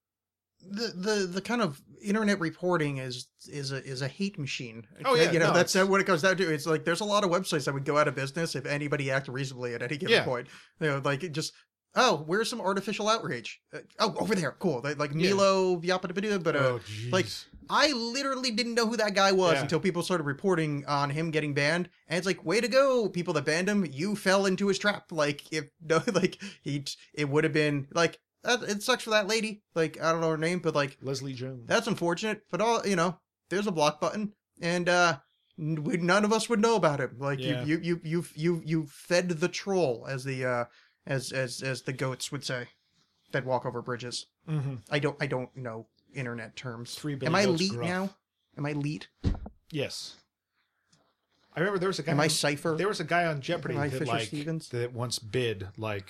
S5: the the the kind of internet reporting is is a is a hate machine.
S6: Oh, yeah,
S5: you know
S6: no,
S5: that's
S6: it's-
S5: what it comes down to. It's like there's a lot of websites that would go out of business if anybody acted reasonably at any given
S6: Yeah.
S5: point. You know, like it just. Oh, where's some artificial outrage? Uh, oh, over there. Cool. They- Like
S6: Yeah.
S5: Milo Yiapadabidu, but uh, like-
S6: jeez.
S5: I literally didn't know who that guy was
S6: Yeah.
S5: until people started reporting on him getting banned, and it's like, way to go, people that banned him, you fell into his trap. Like if no, like he, it would have been like that, it sucks for that lady. Like I don't know her name, but like
S6: Leslie Jones.
S5: that's unfortunate. But all you know, there's a block button, and uh, n- we, none of us would know about him. Like
S6: Yeah.
S5: you, you, you, you, you, you fed the troll, as the uh, as as as the goats would say, that walk over bridges.
S6: mm-hmm.
S5: I don't I don't know internet terms.
S6: Three
S5: Am
S6: Billy
S5: I
S6: Goats
S5: leet
S6: gruff.
S5: now? Am I leet?
S6: Yes. I remember there was a guy.
S5: Am I
S6: on-
S5: cipher?
S6: There was a guy on Jeopardy
S5: Am I
S6: that
S5: Fisher
S6: like
S5: Stevens?
S6: that once bid like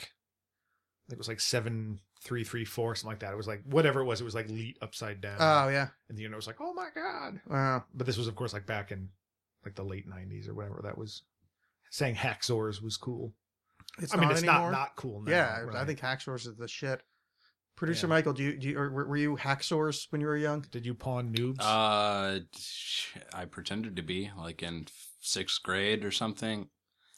S6: I think it was like seven three three four something like that. It was like whatever it was. It was like leet upside down,
S5: Oh yeah.
S6: and the internet was like, oh my god.
S5: Wow.
S6: But this was of course like back in like the late nineties or whatever that was. Saying hacksaws was cool.
S5: It's
S6: I mean,
S5: not
S6: it's
S5: anymore.
S6: not not cool now.
S5: yeah, I
S6: right?
S5: think Hacksaws is the shit. Producer
S6: Yeah.
S5: Michael, do you, do you or were were you Hacksaws when you were young?
S6: Did you pawn noobs?
S7: Uh, I pretended to be like in sixth grade or something.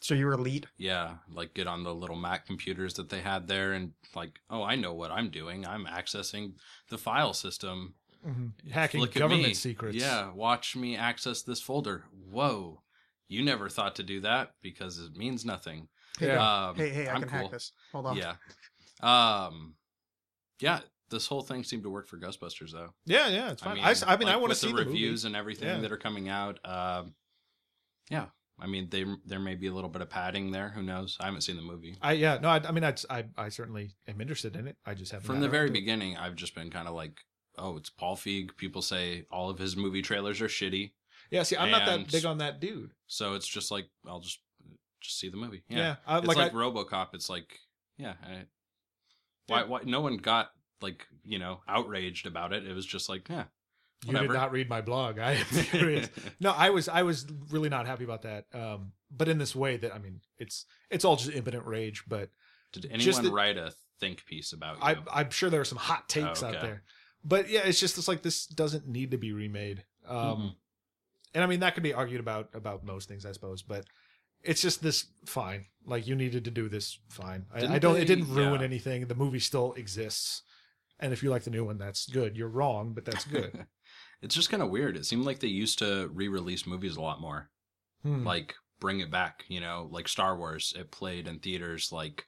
S5: So you were elite.
S7: Yeah, like get on the little Mac computers that they had there and like, oh, I know what I'm doing. I'm accessing the file system.
S6: Mhm. Hacking
S7: Look at
S6: government
S7: me.
S6: secrets.
S7: Yeah, watch me access this folder. Whoa, you never thought to do that because it means nothing.
S5: Hey,
S6: Yeah.
S7: Um,
S5: hey, hey, I
S7: I'm
S5: can hack this. Hold on.
S7: Yeah. Um, yeah. This whole thing seemed to work for Ghostbusters, though.
S6: Yeah, yeah, it's fine. I mean, I, mean,
S7: like,
S6: I want to
S7: with
S6: see
S7: the
S6: the
S7: reviews and everything
S6: Yeah.
S7: that are coming out. Um, yeah, I mean, they there may be a little bit of padding there. Who knows? I haven't seen the movie.
S6: Movie. I yeah, no, I, I mean, I, I I certainly am interested in it. I just haven't
S7: From
S6: got
S7: the
S6: around
S7: very
S6: to it.
S7: beginning, I've just been kind of like, oh, it's Paul Feig. People say all of his movie trailers are shitty,
S6: Yeah, see, I'm not
S7: and-
S6: that big on that dude.
S7: so it's just like I'll just just see the movie.
S6: Yeah,
S7: Yeah,
S6: I,
S7: it's
S6: like,
S7: like,
S6: I,
S7: RoboCop. It's like, yeah, I, why? Why? No one got like you know outraged about it. It was just like, yeah,
S6: you did
S7: whatever.
S6: not read my blog. I am furious. no, I was I was really not happy about that. Um, but in this way that I mean, it's it's all just impotent rage. But
S7: Did anyone
S6: Just the-
S7: write a think piece about you?
S6: I I'm sure there are some hot takes out
S7: Okay.
S6: there. But yeah, it's just it's like this doesn't need to be remade. Um,
S7: Mm-hmm.
S6: and I mean that could be argued about about most things, I suppose. But it's just this fine. Like you needed to do this fine. I, I
S7: Didn't
S6: don't.
S7: they-
S6: it didn't ruin
S7: yeah.
S6: anything. The movie still exists. And if you like the new one, that's good. You're wrong, but that's good.
S7: it's just kind of weird. It seemed like they used to re-release movies a lot more,
S6: Hmm.
S7: like bring it back. You know, like Star Wars, it played in theaters like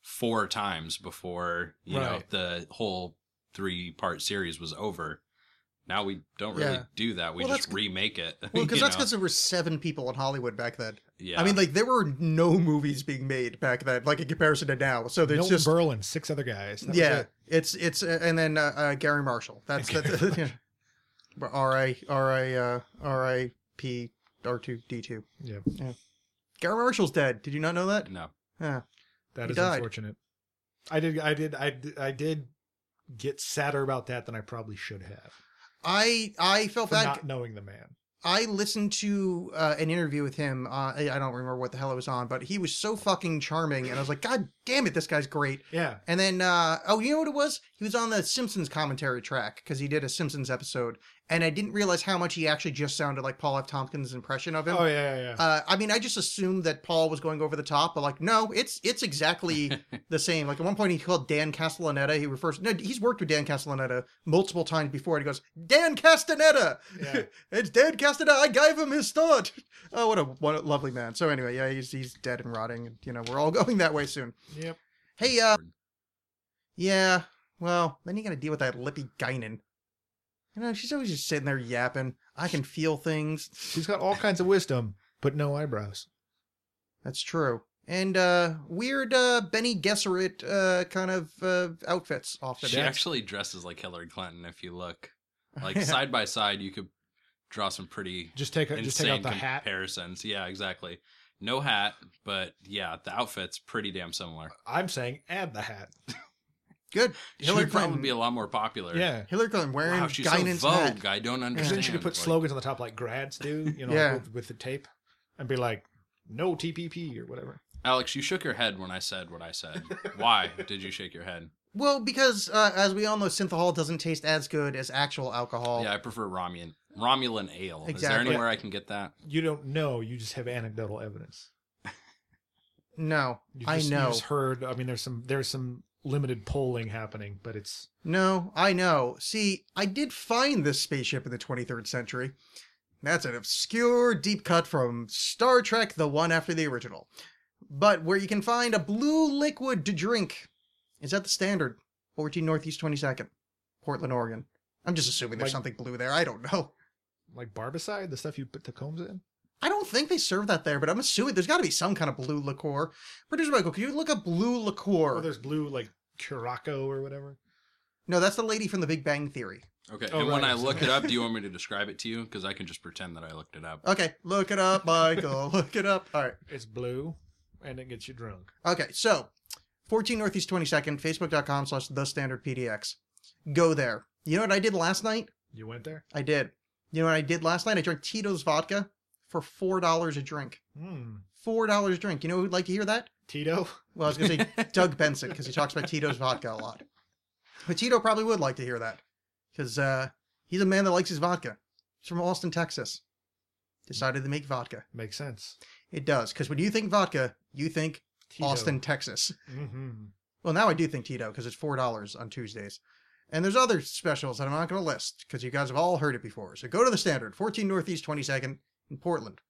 S7: four times before you know
S6: Right.
S7: the whole three-part series was over. Now we don't really
S5: Yeah.
S7: do that. We
S5: Well,
S7: just
S5: that's-
S7: remake it.
S5: Well, because that's
S7: you know?
S5: because there were seven people in Hollywood back then.
S7: yeah.
S5: I mean, like there were no movies being made back then, like in comparison to now. So there's
S6: Milton
S5: just
S6: Berlin, six other guys. That was
S5: yeah,
S6: it.
S5: it's it's uh, and then uh, uh, Gary Marshall. That's that's yeah. But R I R I uh, R I P R two D two.
S6: Yeah.
S5: Gary Marshall's dead. Did you not know that?
S7: no.
S5: Huh.
S6: That
S5: He
S6: is
S5: died.
S6: unfortunate. I did, I did, I did, I did get sadder about that than I probably should have
S5: I I felt
S6: for
S5: bad.
S6: not knowing the man.
S5: I listened to uh, an interview with him. Uh, I, I don't remember what the hell it was on, but he was so fucking charming, and I was like, God damn it, this guy's great.
S6: Yeah,
S5: And then, uh, oh, you know what it was? He was on the Simpsons commentary track because he did a Simpsons episode, and I didn't realize how much he actually just sounded like Paul F. Tompkins' impression of him.
S6: Oh yeah, yeah, yeah.
S5: Uh, I mean, I just assumed that Paul was going over the top, but like, no, it's it's exactly the same. Like at one point, he called Dan Castellaneta. He refers no, he's worked with Dan Castellaneta multiple times before, and he goes, Dan Castaneda.
S6: Yeah.
S5: it's Dan Castaneda. I gave him his start. Oh, what a what a lovely man. So anyway, yeah, he's he's dead and rotting, and you know we're all going that way soon.
S6: yep.
S5: Hey, uh, yeah. Well, then you got to deal with that Lippy Guinan. You know, she's always just sitting there yapping. I can feel things.
S6: She's got all kinds of wisdom, but no eyebrows.
S5: That's true. And uh weird uh Benny Gesserit uh kind of uh outfits often.
S7: She
S5: Yeah.
S7: actually dresses like Hillary Clinton if you look. Like side by side you could draw some pretty
S6: Just take, a- just take
S7: insane
S6: out the hat.
S7: comparisons. Yeah, exactly. No hat, but yeah, the outfit's pretty damn similar.
S6: I'm saying add the hat.
S5: Good. Hillary
S7: She'd probably
S5: Clinton
S7: be a lot more popular.
S6: Yeah.
S5: Hillary Clinton wearing
S7: Wow, she's
S5: Guinan's
S7: so
S5: hat.
S7: vogue. I don't
S6: Because
S7: understand.
S6: then she could put
S7: Like,
S6: slogans on the top like grads do, you know, like,
S5: Yeah.
S6: with, with the tape, and be like, "No TPP" or whatever.
S7: Alex, you shook your head when I said what I said. Why did you shake your head?
S5: Well, because uh, as we all know, synthahol doesn't taste as good as actual alcohol.
S7: Yeah, I prefer Romulan Romulan ale. Is there
S5: Exactly.
S7: anywhere I can get that?
S6: You don't know. You just have anecdotal evidence.
S5: No,
S6: You
S5: I
S6: just- You
S5: know.
S6: just heard. I mean, there's some there's some limited polling happening, but it's
S5: No, I know. See, I did find this spaceship in the 23rd century. That's an obscure deep cut from Star Trek, the one after the original. But where you can find a blue liquid to drink is at the standard, 14 Northeast 22nd, Portland, Oregon. I'm just assuming there's
S6: Like-
S5: something blue there. I don't know.
S6: like barbicide, the stuff you put the combs in.
S5: I don't think they serve that there, but I'm assuming there's got to be some kind of blue liqueur. Producer Michael, can you look up blue
S6: Or
S5: liqueur?
S6: there's blue like Curaco or whatever.
S5: No, that's the lady from the Big Bang Theory.
S7: Okay.
S6: Oh,
S7: and when
S6: right.
S7: I look it up, do you want me to describe it to you? Because I can just pretend that I looked it up.
S5: Okay, look it up, Michael. look it up. All right.
S6: It's blue, and it gets you drunk.
S5: Okay, so 14 Northeast 22nd, facebook.com slash the standard PDX. Go there. You know what I did last night?
S6: You went there.
S5: I did. You know what I did last night? I drank Tito's vodka for $4 a drink.
S6: Hmm.
S5: $4 a drink. You know who'd like to hear that?
S6: Tito.
S5: Well, I was going to say Doug Benson because he talks about Tito's vodka a lot. But Tito probably would like to hear that because uh, he's a man that likes his vodka. He's from Austin, Texas. Decided to make vodka.
S6: Makes sense.
S5: It does because when you think vodka, you think
S6: Tito.
S5: Austin, Texas.
S6: hmm
S5: Well, now I do think Tito because it's four dollars on Tuesdays, and there's other specials that I'm not going to list because you guys have all heard it before. So go to the standard, 14 Northeast 22nd in Portland,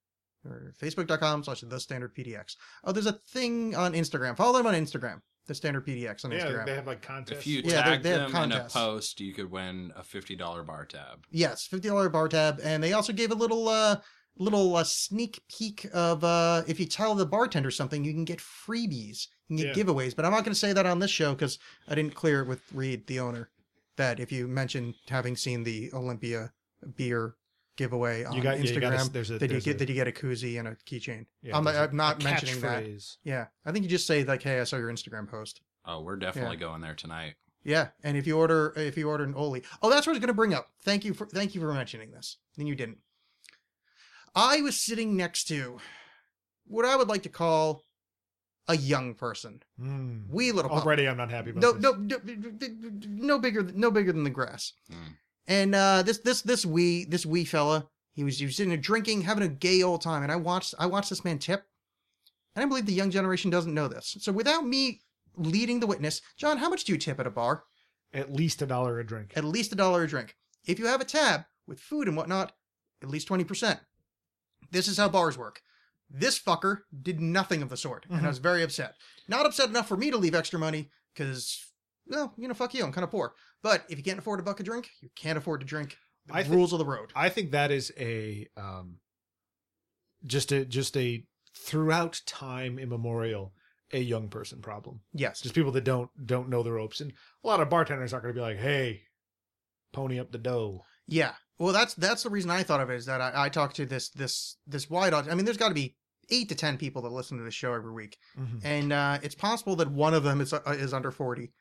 S5: or facebook.com slash the standard PDX. Oh, there's a thing on Instagram. Follow them on Instagram. The standard PDX on
S6: Yeah,
S5: Instagram.
S6: they have like contests.
S7: If you
S5: Yeah, they-
S7: tag
S5: they have
S7: them in a
S5: contests.
S7: post, you could win a fifty dollar bar tab.
S5: Yes, fifty dollar bar tab, and they also gave a little uh little uh, sneak peek of uh if you tell the bartender something, you can get freebies, you can get
S6: Yeah.
S5: giveaways. But I'm not going to say that on this show because I didn't clear it with Reed, the owner, that if you mention having seen the Olympia beer giveaway on
S6: You got- yeah,
S5: Instagram,
S6: you gotta s- there's a-
S5: that you
S6: there's
S5: get
S6: a-
S5: that you get a koozie and a keychain.
S6: Yeah,
S5: I'm,
S6: there's
S5: I'm
S6: a-
S5: not
S6: a
S5: mentioning that.
S6: catchphrase.
S5: Yeah, I think you just say like, "Hey, I saw your Instagram post."
S7: Oh, we're definitely going there tonight.
S5: Yeah, and if you order if you order an Oli, oh, that's what I was going to bring up. Thank you for thank you for mentioning this. Then you didn't. I was sitting next to what I would like to call a young person,
S6: Mm.
S5: wee little pup.
S6: Already, I'm not happy about
S5: No,
S6: this.
S5: no, no, no bigger, th- no bigger than the grass.
S7: Mm.
S5: And uh, this, this, this wee, this wee fella, he was he was sitting there drinking, having a gay old time. And I watched, I watched this man tip, and I believe the young generation doesn't know this. So without me leading the witness, John, how much do you tip at a bar?
S6: At least a dollar a drink.
S5: at least a dollar a drink. If you have a tab with food and whatnot, at least 20%. This is how bars work. This fucker did nothing of the sort, and I was very upset. Not upset enough for me to leave extra money, because, well, you know, fuck you, I'm kind of poor. But if you can't afford a buck a drink, you can't afford to drink. The
S6: I think-
S5: rules of the road.
S6: I think that is a um, just a just a throughout time immemorial a young person problem. It's
S5: Yes.
S6: just people that don't don't know the ropes, and a lot of bartenders aren't going to be like, "Hey, pony up the dough."
S5: Yeah. Well, that's that's the reason I thought of it is that I, I talked to this this this wide audience. I mean, there's got to be eight to ten people that listen to the show every week. and uh, it's possible that one of them is uh, is under forty.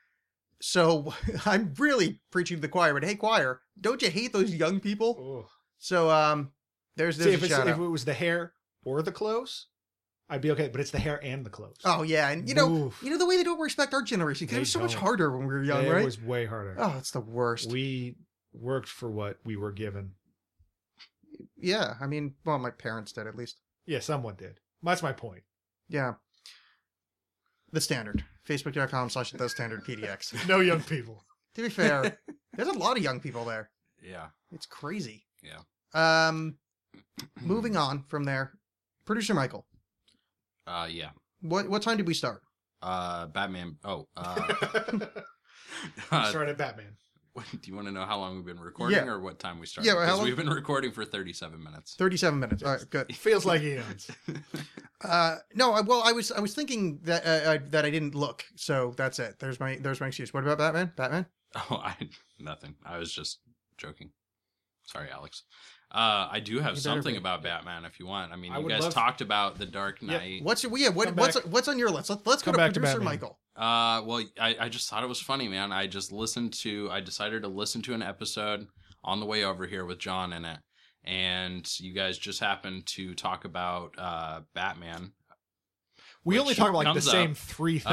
S5: So I'm really preaching to the choir, but hey, choir, don't you hate those young people?
S6: Ugh.
S5: So um, there's
S6: See,
S5: there's
S6: if,
S5: a
S6: it's,
S5: shout
S6: if it
S5: out.
S6: was the hair or the clothes, I'd be okay. But it's the hair and the clothes.
S5: Oh yeah, and you know
S6: Oof.
S5: you know the way they don't respect our generation because it
S6: They
S5: was so much
S6: don't.
S5: harder when we were young,
S6: it
S5: right?
S6: was way harder.
S5: Oh, it's the worst.
S6: We worked for what we were given.
S5: yeah, I mean, well, my parents did at least.
S6: Yeah, someone did. That's my point.
S5: Yeah. The standard. Facebook.com slash the standard PDX.
S6: No young people.
S5: to be fair, there's a lot of young people there.
S7: Yeah.
S5: It's crazy.
S7: Yeah.
S5: Um, moving on from there, producer Michael,
S7: Uh, yeah.
S5: what what time did we start?
S7: Uh, Batman. Oh, uh,
S6: We
S7: uh,
S6: started at Batman.
S7: do you want to know how long we've been recording
S5: Yeah.
S7: or what time we started?
S5: Yeah, well, how
S7: 'Cause
S5: long-
S7: we've been recording for thirty-seven minutes.
S5: Thirty-seven minutes. All right, good.
S6: Feels like eons.
S5: Uh, no, I, well, I was I was thinking that uh, I, that I didn't look, so that's it. There's my there's my excuse. What about Batman? Batman?
S7: Oh, I nothing. I was just joking. Sorry, Alex. Uh, I do have
S5: You better
S7: something
S5: be-
S7: about Batman if you want. I mean,
S6: I
S7: you
S6: would
S7: guys
S6: love-
S7: talked about the Dark Knight.
S5: What's your, yeah, what,
S6: Come
S5: what's
S6: back.
S5: what's on your list? Let's, let's go
S6: Come
S5: to
S6: back to
S5: producer
S6: Batman.
S5: Michael.
S7: Uh, well, I, I just thought it was funny, man. I just listened to, I decided to listen to an episode on the way over here with John in it. And you guys just happened to talk about uh, Batman.
S6: We
S7: Which
S6: only talk about like the
S7: comes up.
S6: same three things.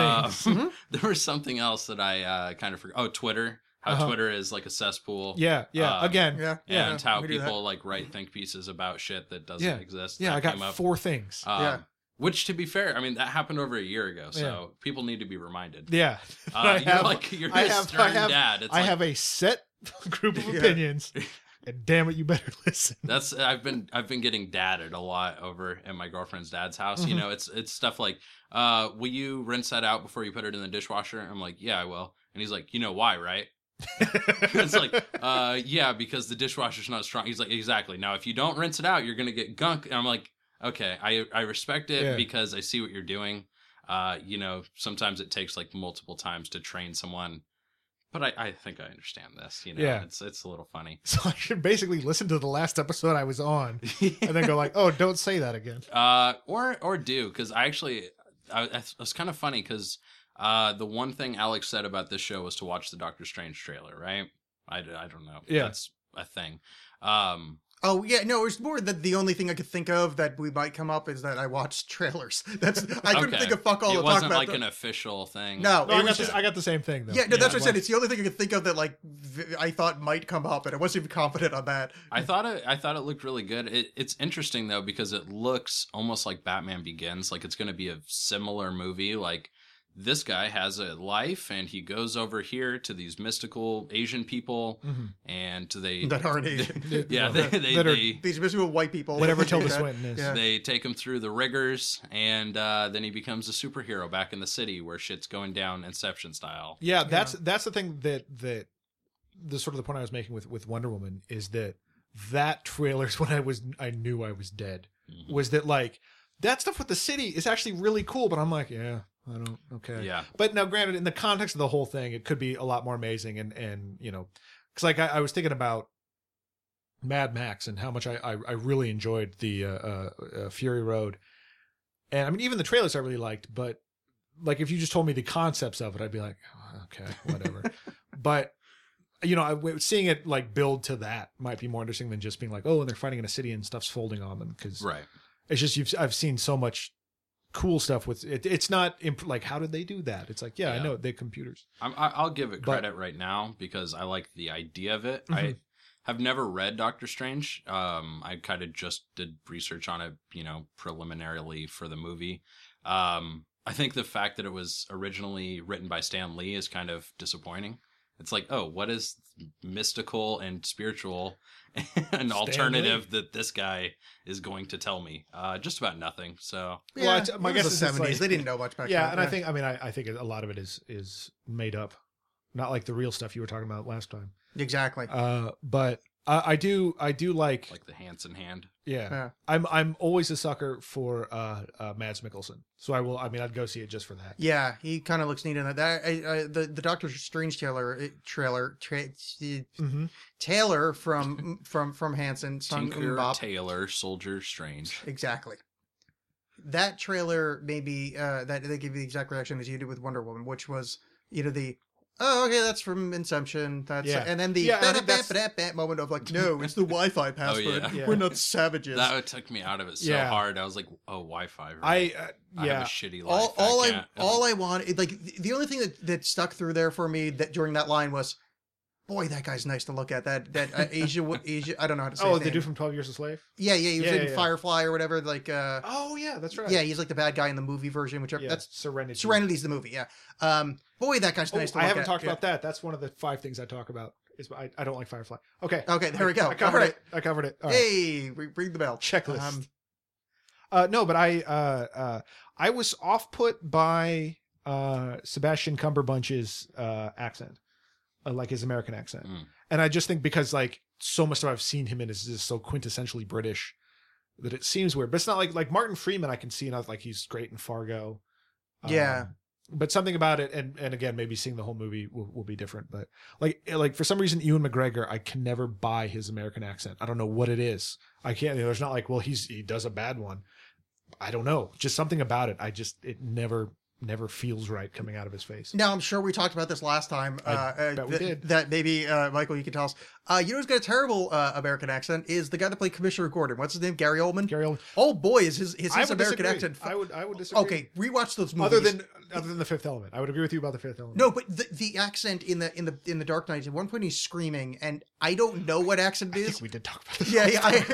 S7: Uh,
S5: Mhm.
S7: there was something else that I uh, kind of forgot. Oh, Twitter. How
S6: Uh-huh.
S7: Twitter is like a cesspool.
S6: yeah, yeah.
S7: um,
S6: Again,
S5: Uh, Yeah,
S7: And how
S5: we do that.
S7: people like write think pieces about shit that doesn't
S6: Yeah.
S7: exist.
S6: yeah.
S7: That
S6: I
S7: came
S6: got
S7: up.
S6: four things.
S7: Um,
S5: Yeah.
S7: Which, to be fair, I mean, that happened over a year ago. So
S6: Yeah.
S7: people need to be reminded.
S6: yeah,
S7: Uh,
S6: I
S7: you're
S6: have-
S7: like, you're
S6: I
S7: a
S6: have- I
S7: stern
S6: have-
S7: dad. It's
S6: I
S7: like,
S6: have a set group of
S5: Yeah.
S6: opinions, and damn it, you better listen.
S7: That's I've been I've been getting dadded a lot over at my girlfriend's dad's house. You
S6: Mhm.
S7: know, it's it's stuff like, uh, will you rinse that out before you put it in the dishwasher? I'm like, yeah, I will. And he's like, you know why, right? it's like, uh, yeah, because the dishwasher's not strong. He's like, exactly. Now, if you don't rinse it out, you're gonna get gunk. And I'm like, okay, I I respect it
S6: Yeah.
S7: because I see what you're doing. Uh, you know, sometimes it takes like multiple times to train someone, but I I think I understand this. You know,
S6: Yeah.
S7: it's it's a little funny.
S6: so I should basically listen to the last episode I was on, and then go like, "Oh, don't say that again."
S7: Uh, or or do because I actually I, I it's kind of funny because uh, the one thing Alex said about this show was to watch the Doctor Strange trailer, right? I, I don't know.
S6: Yeah.
S7: that's a thing. Um,
S5: Oh yeah, no, it's more that the only thing I could think of that we might come up is that I watched trailers. That's I couldn't
S7: okay.
S5: think of fuck all
S7: It
S5: to talk
S7: wasn't
S5: about.
S7: like
S5: the-
S7: an official thing.
S5: no, it
S6: No, I
S5: was
S6: got,
S5: just-
S6: this, I got the same thing though.
S5: Yeah, no, that's
S7: Yeah,
S5: what I said. It's the only thing I could think of that like v- I thought might come up, and I wasn't even confident on that.
S7: I thought it. I thought it looked really good. It, it's interesting though because it looks almost like Batman Begins. Like it's going to be a similar movie. Like this guy has a life and he goes over here to these mystical Asian people
S6: Mhm.
S7: and they
S5: that aren't Asian.
S7: yeah
S6: Well,
S7: they
S6: that-
S7: they,
S6: that are-
S7: they,
S5: These miserable white people.
S6: Whatever
S5: Yeah.
S6: Tilda Swinton is.
S5: Yeah.
S7: they take him through the rigors and uh, then he becomes a superhero back in the city where shit's going down Inception style.
S6: Yeah, that's that's the thing that that the sort of the point I was making with with Wonder Woman is that that trailer's when I was I knew I was dead
S7: Mhm.
S6: was that like that stuff with the city is actually really cool, but I'm like, yeah, I don't okay.
S7: Mm-hmm. Yeah.
S6: But now, granted, in the context of the whole thing, it could be a lot more amazing, and and you know, because like I, I was thinking about Mad Max and how much I I, I really enjoyed the uh, uh, uh, Fury Road, and I mean even the trailers I really liked, but like if you just told me the concepts of it, I'd be like, "Oh, okay, whatever. but you know, I, w- seeing it like build to that might be more interesting than just being like, oh, and they're fighting in a city and stuff's folding on them because
S7: Right.
S6: it's just you've I've seen so much cool stuff with it. It's not imp- like how did they do that? It's like yeah,
S7: Yeah.
S6: I know they computers.
S7: I'm, I- I'll give it
S6: But-
S7: credit right now because I like the idea of it. I have never read Doctor Strange. Um, I kind of just did research on it, you know, preliminarily for the movie. Um, I think the fact that it was originally written by Stan Lee is kind of disappointing. It's like, oh, what is mystical and spiritual an alternative that this guy is going to tell me? Uh, just about nothing. So,
S6: Well,
S5: Yeah,
S6: it's- my
S5: it was
S6: guess
S5: the
S6: is it's
S5: seventies.
S6: like-
S5: they didn't know much back then.
S6: yeah, and I think I mean I, I think a lot of it is is made up, not like the real stuff you were talking about last time.
S5: exactly.
S6: Uh, but I, I do I do like,
S7: like the Hanson hand.
S6: yeah,
S5: Yeah.
S6: I'm I'm always a sucker for uh, uh Mads Mikkelsen, so I will I mean I'd go see it just for that.
S5: Yeah, he kind of looks neat in that. That I, I, the the Doctor Strange trailer uh, trailer tra- t-
S6: Mm-hmm.
S5: Taylor from from from Hanson Sung
S7: Tinker,
S5: Bop.
S7: Taylor, Soldier, Strange.
S5: Exactly. That trailer maybe uh, that they gave you the exact reaction as you did with Wonder Woman, which was you know the oh okay that's from Inception that's
S6: Yeah.
S5: and then the
S6: Yeah, I think
S5: bat
S6: that's- Oh,
S5: bat bat moment of like no it's the Wi-Fi password
S7: yeah.
S5: we're
S6: Yeah.
S5: not savages.
S7: That took me out of it so
S6: Yeah.
S7: hard. I was like, oh, Wi-Fi. Right?
S6: I uh,
S7: I have a
S6: yeah
S7: shitty life.
S5: all all
S7: I,
S5: I
S7: can't-
S5: all I wanted like the- the only thing that, that stuck through there for me that during that line was, boy, that guy's nice to look at. That that uh, Asia wa- Asia I don't know how to say.
S6: oh
S5: his
S6: they
S5: name.
S6: do from Twelve Years a Slave.
S5: yeah yeah he was
S6: Yeah,
S5: in
S6: yeah, yeah.
S5: Firefly or whatever like uh
S6: Oh yeah, that's right.
S5: yeah he's like the bad guy in the movie version which
S6: yeah.
S5: that's
S6: that's Serenity.
S5: Serenity's the movie yeah um boy that guy's
S6: Oh,
S5: nice to
S6: I
S5: look
S6: haven't
S5: at.
S6: talked
S5: Yeah.
S6: about that. That's one of the five things I talk about. Is I, I don't like Firefly. Okay.
S5: Okay, Oh, there we
S6: I-
S5: go.
S6: I covered
S5: All right.
S6: it. I covered it. All right.
S5: Hey, re- ring the bell.
S6: Checklist.
S5: Um,
S6: Uh, no, but I uh, uh, I was off put by uh, Sebastian Cumberbunch's uh, accent, uh, like his American accent,
S7: Mm.
S6: and I just think because like so much stuff I've seen him in is just so quintessentially British that it seems weird. But it's not like like Martin Freeman I can see enough like he's great in Fargo. Um,
S5: Yeah.
S6: But something about it, and and again, maybe seeing the whole movie will, will be different. But like like for some reason, Ewan McGregor, I can never buy his American accent. I don't know what it is. I can't. You know, there's not like, well, he's he does a bad one. I don't know. Just something about it. I just it never never feels right coming out of his face.
S5: Now I'm sure we talked about this last time.
S6: I
S5: uh,
S6: bet we
S5: th-
S6: did.
S5: That maybe uh, Michael, you can tell us. Uh, you know who's got a terrible uh, American accent is the guy that played Commissioner Gordon. What's his name? Gary Oldman.
S6: Gary Oldman.
S5: oh boy, is his is
S6: I
S5: his
S6: would
S5: American
S6: disagree.
S5: accent? fu-
S6: I would I would disagree.
S5: okay, rewatch those movies.
S6: Other than other than the Fifth Element, I would agree with you about the Fifth Element.
S5: no, but the, the accent in the in the in the Dark Knight. At one point, he's screaming, and I don't know what accent
S6: I
S5: it
S6: think
S5: is.
S6: we did talk about this.
S5: Yeah, yeah, I, yeah,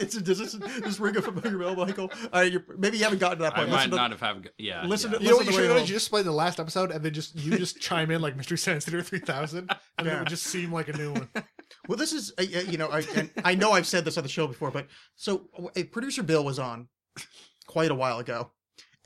S5: it's a, does this, this ring a familiar bell, Michael? Uh, you're, maybe you haven't gotten to that
S7: I
S5: point.
S7: might
S5: Listen to-
S7: not have have. Yeah.
S5: listen to-
S7: yeah.
S6: You know what
S5: Listen the
S6: you
S5: way
S6: should
S5: it
S6: have done
S5: rolls.
S6: is you just play the last episode and then just you just chime in like Mystery Science Theater 3000 and then it would just seem like a new one.
S5: Well, this is, uh, uh, you know, I, and I know I've said this on the show before, but so a producer Bill was on quite a while ago.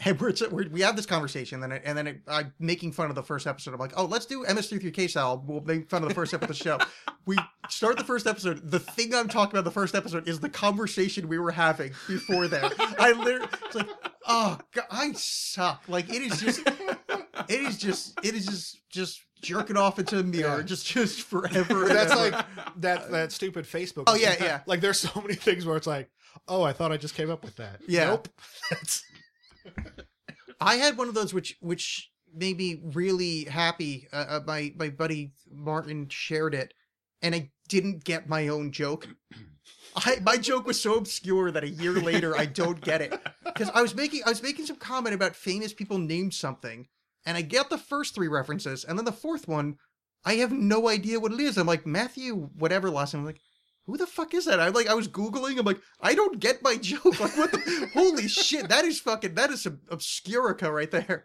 S5: And we're, we're, we have this conversation, and then, I, and then I, I'm making fun of the first episode. I'm like, oh, let's do MS33K style. We'll make fun of the first episode of the show. We start the first episode. The thing I'm talking about the first episode is the conversation we were having before that. I literally, it's like, oh, God, I suck. Like, it is just, it is just, it is just, just jerking off into a mirror,
S6: Yeah.
S5: just, just forever. and
S6: That's
S5: ever.
S6: like that that stupid Facebook.
S5: Oh, yeah, yeah.
S6: Like there's so many things where it's like, oh, I thought I just came up with that.
S5: Yeah.
S6: Nope. That's-
S5: I had one of those which which made me really happy. Uh, uh, my my buddy Martin shared it, and I didn't get my own joke. I my joke was so obscure that a year later I don't get it because I was making I was making some comment about famous people named something, and I get the first three references, and then the fourth one, I have no idea what it is. I'm like Matthew whatever last name. I'm like. Who the fuck is that? I like I was googling. I'm like, I don't get my joke. Like, what? The, holy shit! That is fucking. That is some obscurica right there.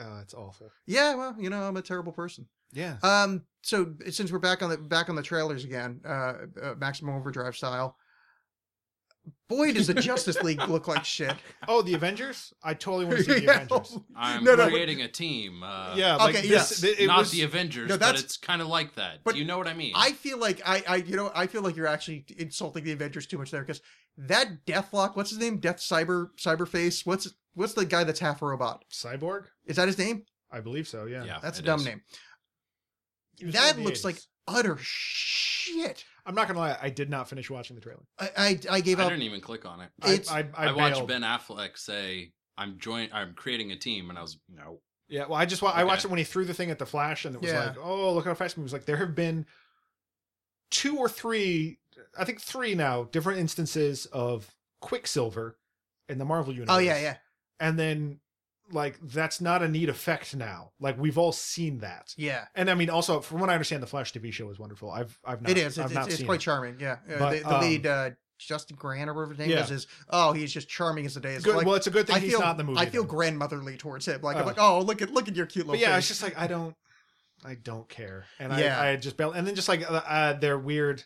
S6: Oh, it's awful.
S5: Yeah, well, you know, I'm a terrible person.
S6: Yeah.
S5: Um, so since we're back on the back on the trailers again, uh, uh Maximum Overdrive style. Boy, does the Justice League look like shit.
S6: Oh, the Avengers? I totally want to see the
S5: Yeah.
S6: Avengers.
S7: I'm
S5: No, no, but-
S7: creating a team. Uh,
S6: Yeah, like
S5: Okay,
S6: this,
S5: yes.
S6: th- it
S7: not
S6: was-
S7: the Avengers,
S5: No,
S7: but
S5: that's-
S7: it's kind of like that.
S5: but
S7: Do you know what I mean?
S5: I feel like I, I, you know, I feel like you're actually insulting the Avengers too much there because that Deathlock, what's his name? Death Cyber Cyberface. What's what's the guy that's half a robot?
S6: Cyborg?
S5: Is that his name?
S6: I believe so, yeah.
S5: That's a
S7: it
S5: dumb
S7: is.
S5: name.
S6: He was
S5: That
S6: from the
S5: looks like
S6: 80s.
S5: utter shit.
S6: I'm not going to lie, I did not finish watching the trailer.
S5: I, I, I gave
S7: I
S5: up.
S7: didn't even click on it.
S6: I-
S5: It's-
S6: I, I,
S7: I, watched
S6: bailed.
S7: Ben Affleck say, "I'm join, I'm creating a team," and I was no.
S6: Yeah, well, I just wa- I
S7: Okay.
S6: watched it when he threw the thing at the Flash, and it was
S5: Yeah.
S6: like, oh, look how fast it moves. Like there have been two or three, I think three now, different instances of Quicksilver in the Marvel universe.
S5: Oh yeah, yeah,
S6: And then like that's not a neat effect now. Like we've all seen that.
S5: yeah.
S6: And I mean, also from what I understand, the Flash TV show is wonderful. I've I've not
S5: it is.
S6: I've
S5: It's,
S6: not
S5: it's, it's
S6: seen
S5: quite
S6: it.
S5: charming. Yeah. Uh,
S6: But,
S5: the the
S6: um,
S5: lead, uh, Justin Grant or whatever his name
S6: Yeah.
S5: is, is oh he's just charming as the day is.
S6: good.
S5: Like,
S6: well, it's a good thing
S5: I
S6: he's
S5: feel
S6: not in the movie.
S5: I feel
S6: then.
S5: grandmotherly towards him. Like
S6: Uh.
S5: I'm like oh look at look at your cute
S6: But
S5: little
S6: yeah,
S5: face.
S6: it's just like I don't, I don't care, and
S5: Yeah.
S6: I, I just bail. And then just like uh, uh, they're weird.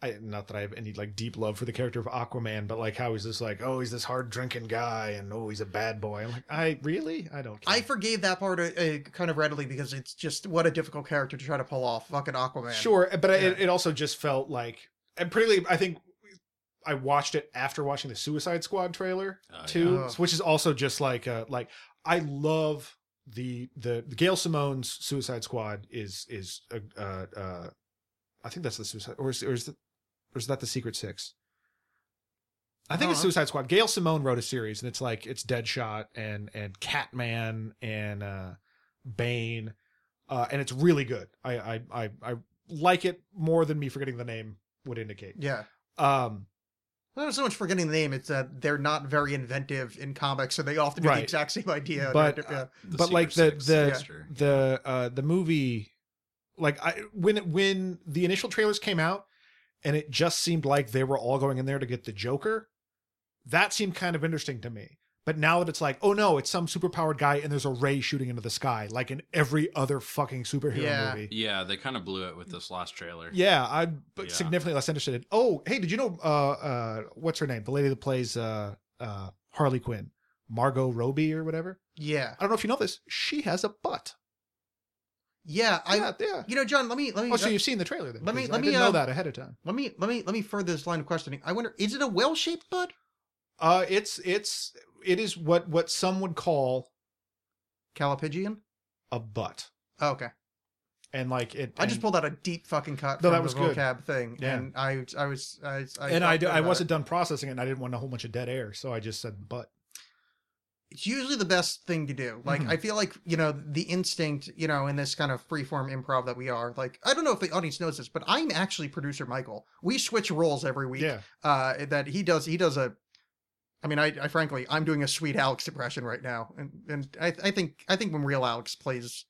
S6: I, not that I have any like deep love for the character of Aquaman, but like how he's this like oh he's this hard drinking guy and oh he's a bad boy. I'm like I really I don't care.
S5: I forgave that part uh, uh, kind of readily because it's just what a difficult character to try to pull off. Fucking Aquaman.
S6: sure, but it,
S5: Yeah.
S6: it also just felt like and pretty. I think I watched it after watching the Suicide Squad trailer
S7: Oh, yeah.
S6: too,
S5: Ugh.
S6: which is also just like uh like I love the the Gail Simone's Suicide Squad is is uh, uh, uh I think that's the Suicide or is or is, the, or is that the Secret Six? I think it's
S5: Uh-huh.
S6: Suicide Squad. Gail Simone wrote a series, and it's like it's Deadshot and and Catman and uh, Bane, uh, and it's really good. I, I I I like it more than me forgetting the name would indicate.
S5: Yeah.
S6: Um,
S5: Not so much forgetting the name. It's that they're not very inventive in comics, so they often do
S6: Right.
S5: the exact same idea.
S6: But, uh,
S5: They're- yeah.
S7: The
S6: But, like,
S7: Secret
S6: the-
S7: Six
S6: the-
S7: monster.
S6: the uh the movie like i when when the initial trailers came out and it just seemed like they were all going in there to get the joker that seemed kind of interesting to me but now that it's like oh no it's some superpowered guy and there's a ray shooting into the sky like in every other fucking superhero
S5: Yeah.
S6: movie
S7: Yeah, they kind of blew it with this last trailer.
S6: yeah i'm but
S7: Yeah.
S6: significantly less interested in oh hey did you know uh uh what's her name the lady that plays uh uh harley quinn margot robbie or whatever
S5: yeah,
S6: i don't know if you know this she has a butt
S5: yeah. I,
S6: yeah yeah
S5: you know, John, let me let me
S6: Oh, so you've seen the trailer then?
S5: Let me-
S6: 'cause
S5: let
S6: I
S5: me,
S6: didn't know
S5: um,
S6: that ahead of time.
S5: let me let me let me further this line of questioning. I wonder, is it a well shaped butt?
S6: Uh, it's it's it is what what some would call
S5: Calipigian?
S6: a butt,
S5: Oh, okay.
S6: and like it.
S5: I just
S6: and,
S5: pulled out a deep fucking cut.
S6: No,
S5: from
S6: that was
S5: the
S6: good.
S5: vocab thing,
S6: Yeah.
S5: and I I was I I
S6: and
S5: felt
S6: I,
S5: good
S6: d- I
S5: about
S6: wasn't
S5: it.
S6: done processing it. and I didn't want a whole bunch of dead air, so I just said butt.
S5: It's usually the best thing to do. Like
S6: Mhm.
S5: I feel like you know the instinct you know in this kind of freeform improv that we are. Like I don't know if the audience knows this, but I'm actually producer Michael. We switch roles every week.
S6: Yeah,
S5: uh, that he does. He does a. I mean, I, I frankly, I'm doing a sweet Alex impression right now, and and I, I think I think when real Alex plays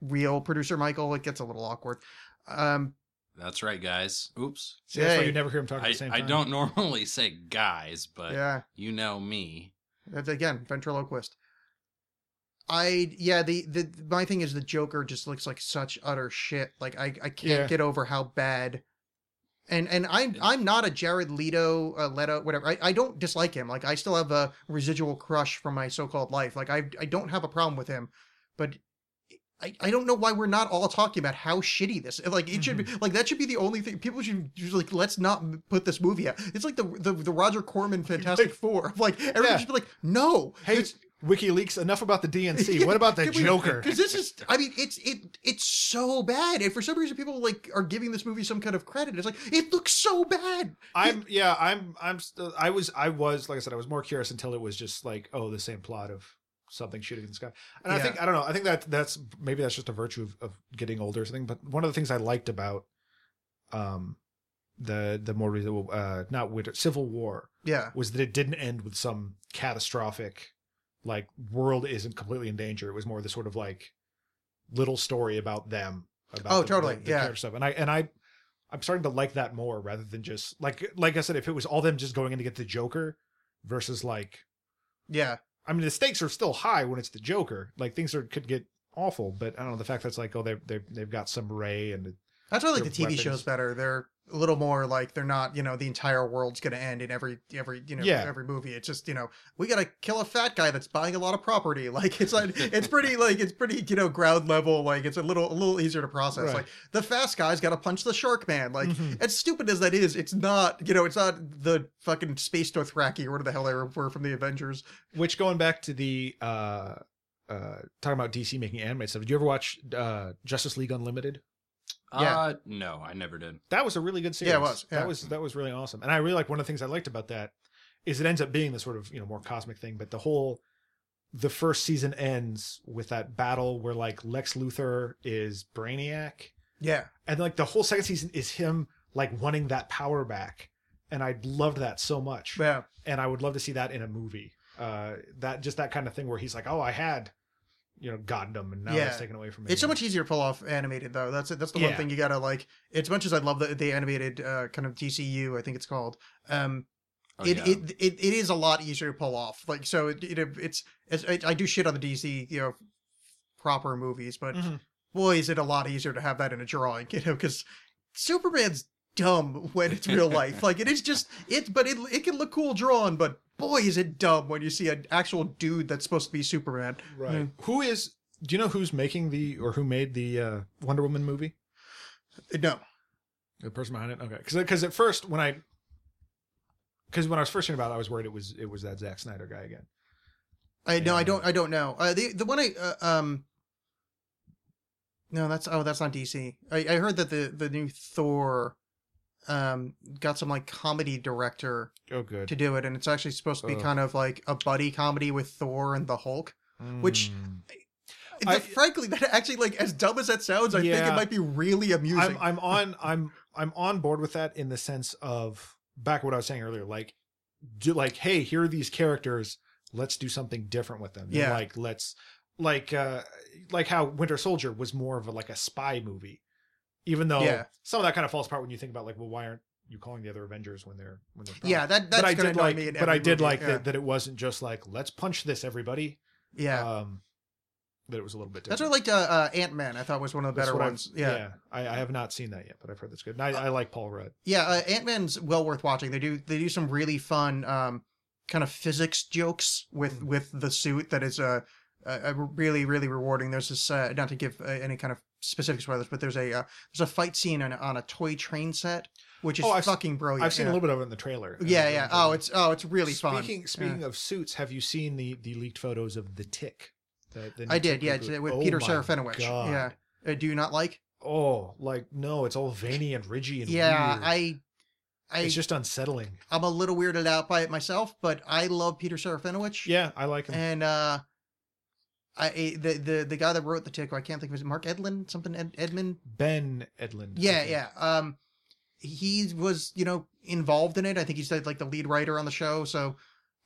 S5: real producer Michael, it gets a little awkward. Um,
S7: That's right, guys. Oops.
S6: See, that's why
S5: Hey.
S6: you never hear him talk at
S7: I,
S6: the same
S7: I
S6: time.
S7: don't normally say guys, but
S5: yeah,
S7: you know me.
S5: that's again ventriloquist. I yeah the the my thing is the Joker just looks like such utter shit. Like I I can't
S6: Yeah.
S5: get over how bad. And and I'm I'm not a Jared Leto uh, Leto whatever I, I don't dislike him like I still have a residual crush from my so-called life like I I don't have a problem with him but I, I don't know why we're not all talking about how shitty this like it should be like that should be the only thing people should just like let's not m- put this movie out it's like the the, the Roger Corman Fantastic Four like everyone
S6: Yeah.
S5: should be like no
S6: Hey, WikiLeaks. Enough about the DNC.
S5: Yeah,
S6: what about the
S5: can we-
S6: Joker?
S5: because this is i mean it's it it's so bad and for some reason people like are giving this movie some kind of credit it's like it looks so bad
S6: I'm yeah. I'm I'm. St- I was I was like I said. I was more curious until it was just like oh the same plot of something shooting in the sky. And I
S5: Yeah.
S6: think I don't know. I think that that's maybe that's just a virtue of, of getting older or something. But one of the things I liked about um the the more recent uh not winter Civil War
S5: yeah
S6: was that it didn't end with some catastrophic like world isn't completely in danger. It was more the sort of like little story about them. About
S5: Oh,
S6: the-
S5: totally,
S6: the
S5: yeah.
S6: character Stuff. And I and I I'm starting to like that more rather than just like like I said, if it was all them just going in to get the Joker versus like
S5: yeah
S6: I mean, the stakes are still high when it's the Joker. Like things are could get awful, but I don't know the fact that's like oh they they they've got some ray and
S5: That's why I like the
S6: Their
S5: TV shows
S6: weapons.
S5: better. They're a little more like they're not, you know, the entire world's going to end in every every you know
S6: Yeah.
S5: every movie. It's just you know we got to kill a fat guy that's buying a lot of property. Like it's like it's pretty like it's pretty you know ground level. Like it's a little a little easier to process.
S6: Right.
S5: Like the fast guy's got to punch the shark man. Like
S6: Mhm.
S5: as stupid as that is, it's not you know it's not the fucking space Dothraki or whatever the hell they were from the Avengers.
S6: which going back to the uh uh talking about DC making animated stuff. Did you ever watch uh Justice League Unlimited?
S5: Yeah.
S7: Uh, no, I never did.
S6: That was a really good series.
S5: Yeah, it was, yeah.
S6: That was that was really awesome. And I really like one of the things I liked about that is it ends up being the sort of you know more cosmic thing, but the whole the first season ends with that battle where like Lex Luthor is Brainiac,
S5: Yeah,
S6: and like the whole second season is him like wanting that power back. And I loved that so much,
S5: yeah.
S6: and I would love to see that in a movie. Uh, that just that kind of thing where he's like, "Oh, I had, you know, Gundam, and now
S5: Yeah.
S6: it's taken away from me."
S5: It's so much easier to pull off animated though. That's it. That's the one
S6: Yeah.
S5: thing you gotta like. As much as I love the, the animated uh, kind of DCU, I think it's called. Um,
S7: Oh,
S5: it,
S7: yeah.
S5: it it it is a lot easier to pull off. Like so, it, it it's, it's I, I do shit on the DC you know proper movies, but
S7: Mm-hmm.
S6: Mhm.
S5: boy, is it a lot easier to have that in a drawing, you know? Because Superman's dumb when it's real life. like it is just it, but it it can look cool drawn, but boy, is it dumb when you see an actual dude that's supposed to be Superman.
S6: Right. Who is? Do you know who's making the or who made the uh, Wonder Woman movie?
S5: No,
S6: The person behind it. Okay. Because because at first when I because when I was first hearing about it, I was worried it was it was that Zack Snyder guy again.
S5: I no, I
S6: And-
S5: don't. I don't know. Uh, the the one I uh, um. No, that's oh, that's not DC. I, I heard that the the new Thor, um, got some like comedy director
S6: Oh, good.
S5: to do it, and it's actually supposed to be
S6: Ugh.
S5: kind of like a buddy comedy with Thor and the Hulk. Which-
S6: Hmm.
S5: The-
S6: I-
S5: frankly, that actually like as dumb as that sounds, I think
S6: Yeah.
S5: it might be really amusing.
S6: I'm I'm on I'm I'm on board with that in the sense of back what I was saying earlier, like do like hey here are these characters, let's do something different with them. And,
S5: Yeah.
S6: Like let's like uh like how Winter Soldier was more of a, like a spy movie, even though
S5: Yeah.
S6: some of that kind of falls apart when you think about like well why aren't you calling the other Avengers when they're when they're
S5: yeah, that that's
S6: but I
S5: gonna
S6: did
S5: annoy
S6: like,
S5: me in
S6: but
S5: every
S6: I did
S5: movie,
S6: like
S5: yeah.
S6: that, that it wasn't just like let's punch this everybody.
S5: yeah.
S6: Um, that it was a little bit. Different.
S5: that's what I liked. Uh, uh, Ant Man, I thought was one of the
S6: That's
S5: better
S6: what I've-
S5: ones. Yeah, yeah.
S6: I, I have not seen that yet, but I've heard that's good. And I, I like Paul Rudd.
S5: uh, Ant Man's well worth watching. They do they do some really fun um, kind of physics jokes with
S6: Hmm.
S5: with the suit that is uh, uh, uh, really really rewarding. There's this uh, not to give uh, any kind of specific spoilers, but there's a uh, there's a fight scene on, a- on a toy train set, which is
S6: Oh, I've-
S5: fucking brilliant.
S6: I've seen
S5: yeah.
S6: a little bit of it in the trailer. and I
S5: Yeah,
S6: really
S5: yeah.
S6: enjoyed
S5: Oh,
S6: it.
S5: it's oh, it's really fun.
S6: speaking speaking of suits. Have you seen the the leaked photos of the Tick? The, the
S5: I
S6: new
S5: did,
S6: Tick
S5: yeah,
S6: reboot?
S5: with
S6: Oh
S5: Peter
S6: my
S5: Serafinowicz.
S6: God.
S5: Yeah. Uh, do you not like?
S6: Oh, like no, it's all veiny and ridgy and
S5: yeah,
S6: weird.
S5: I, I,
S6: it's just unsettling.
S5: I'm a little weirded out by it myself, but I love Peter Serafinowicz.
S6: Yeah, I like him.
S5: and uh, I I- the the the guy that wrote the tick, I can't think of his Mark Edlin something Ed, Edmund.
S6: ben Edlund. I
S5: Yeah,
S6: think.
S5: yeah. Um, he was you know involved in it. I think he's like the lead writer on the show, so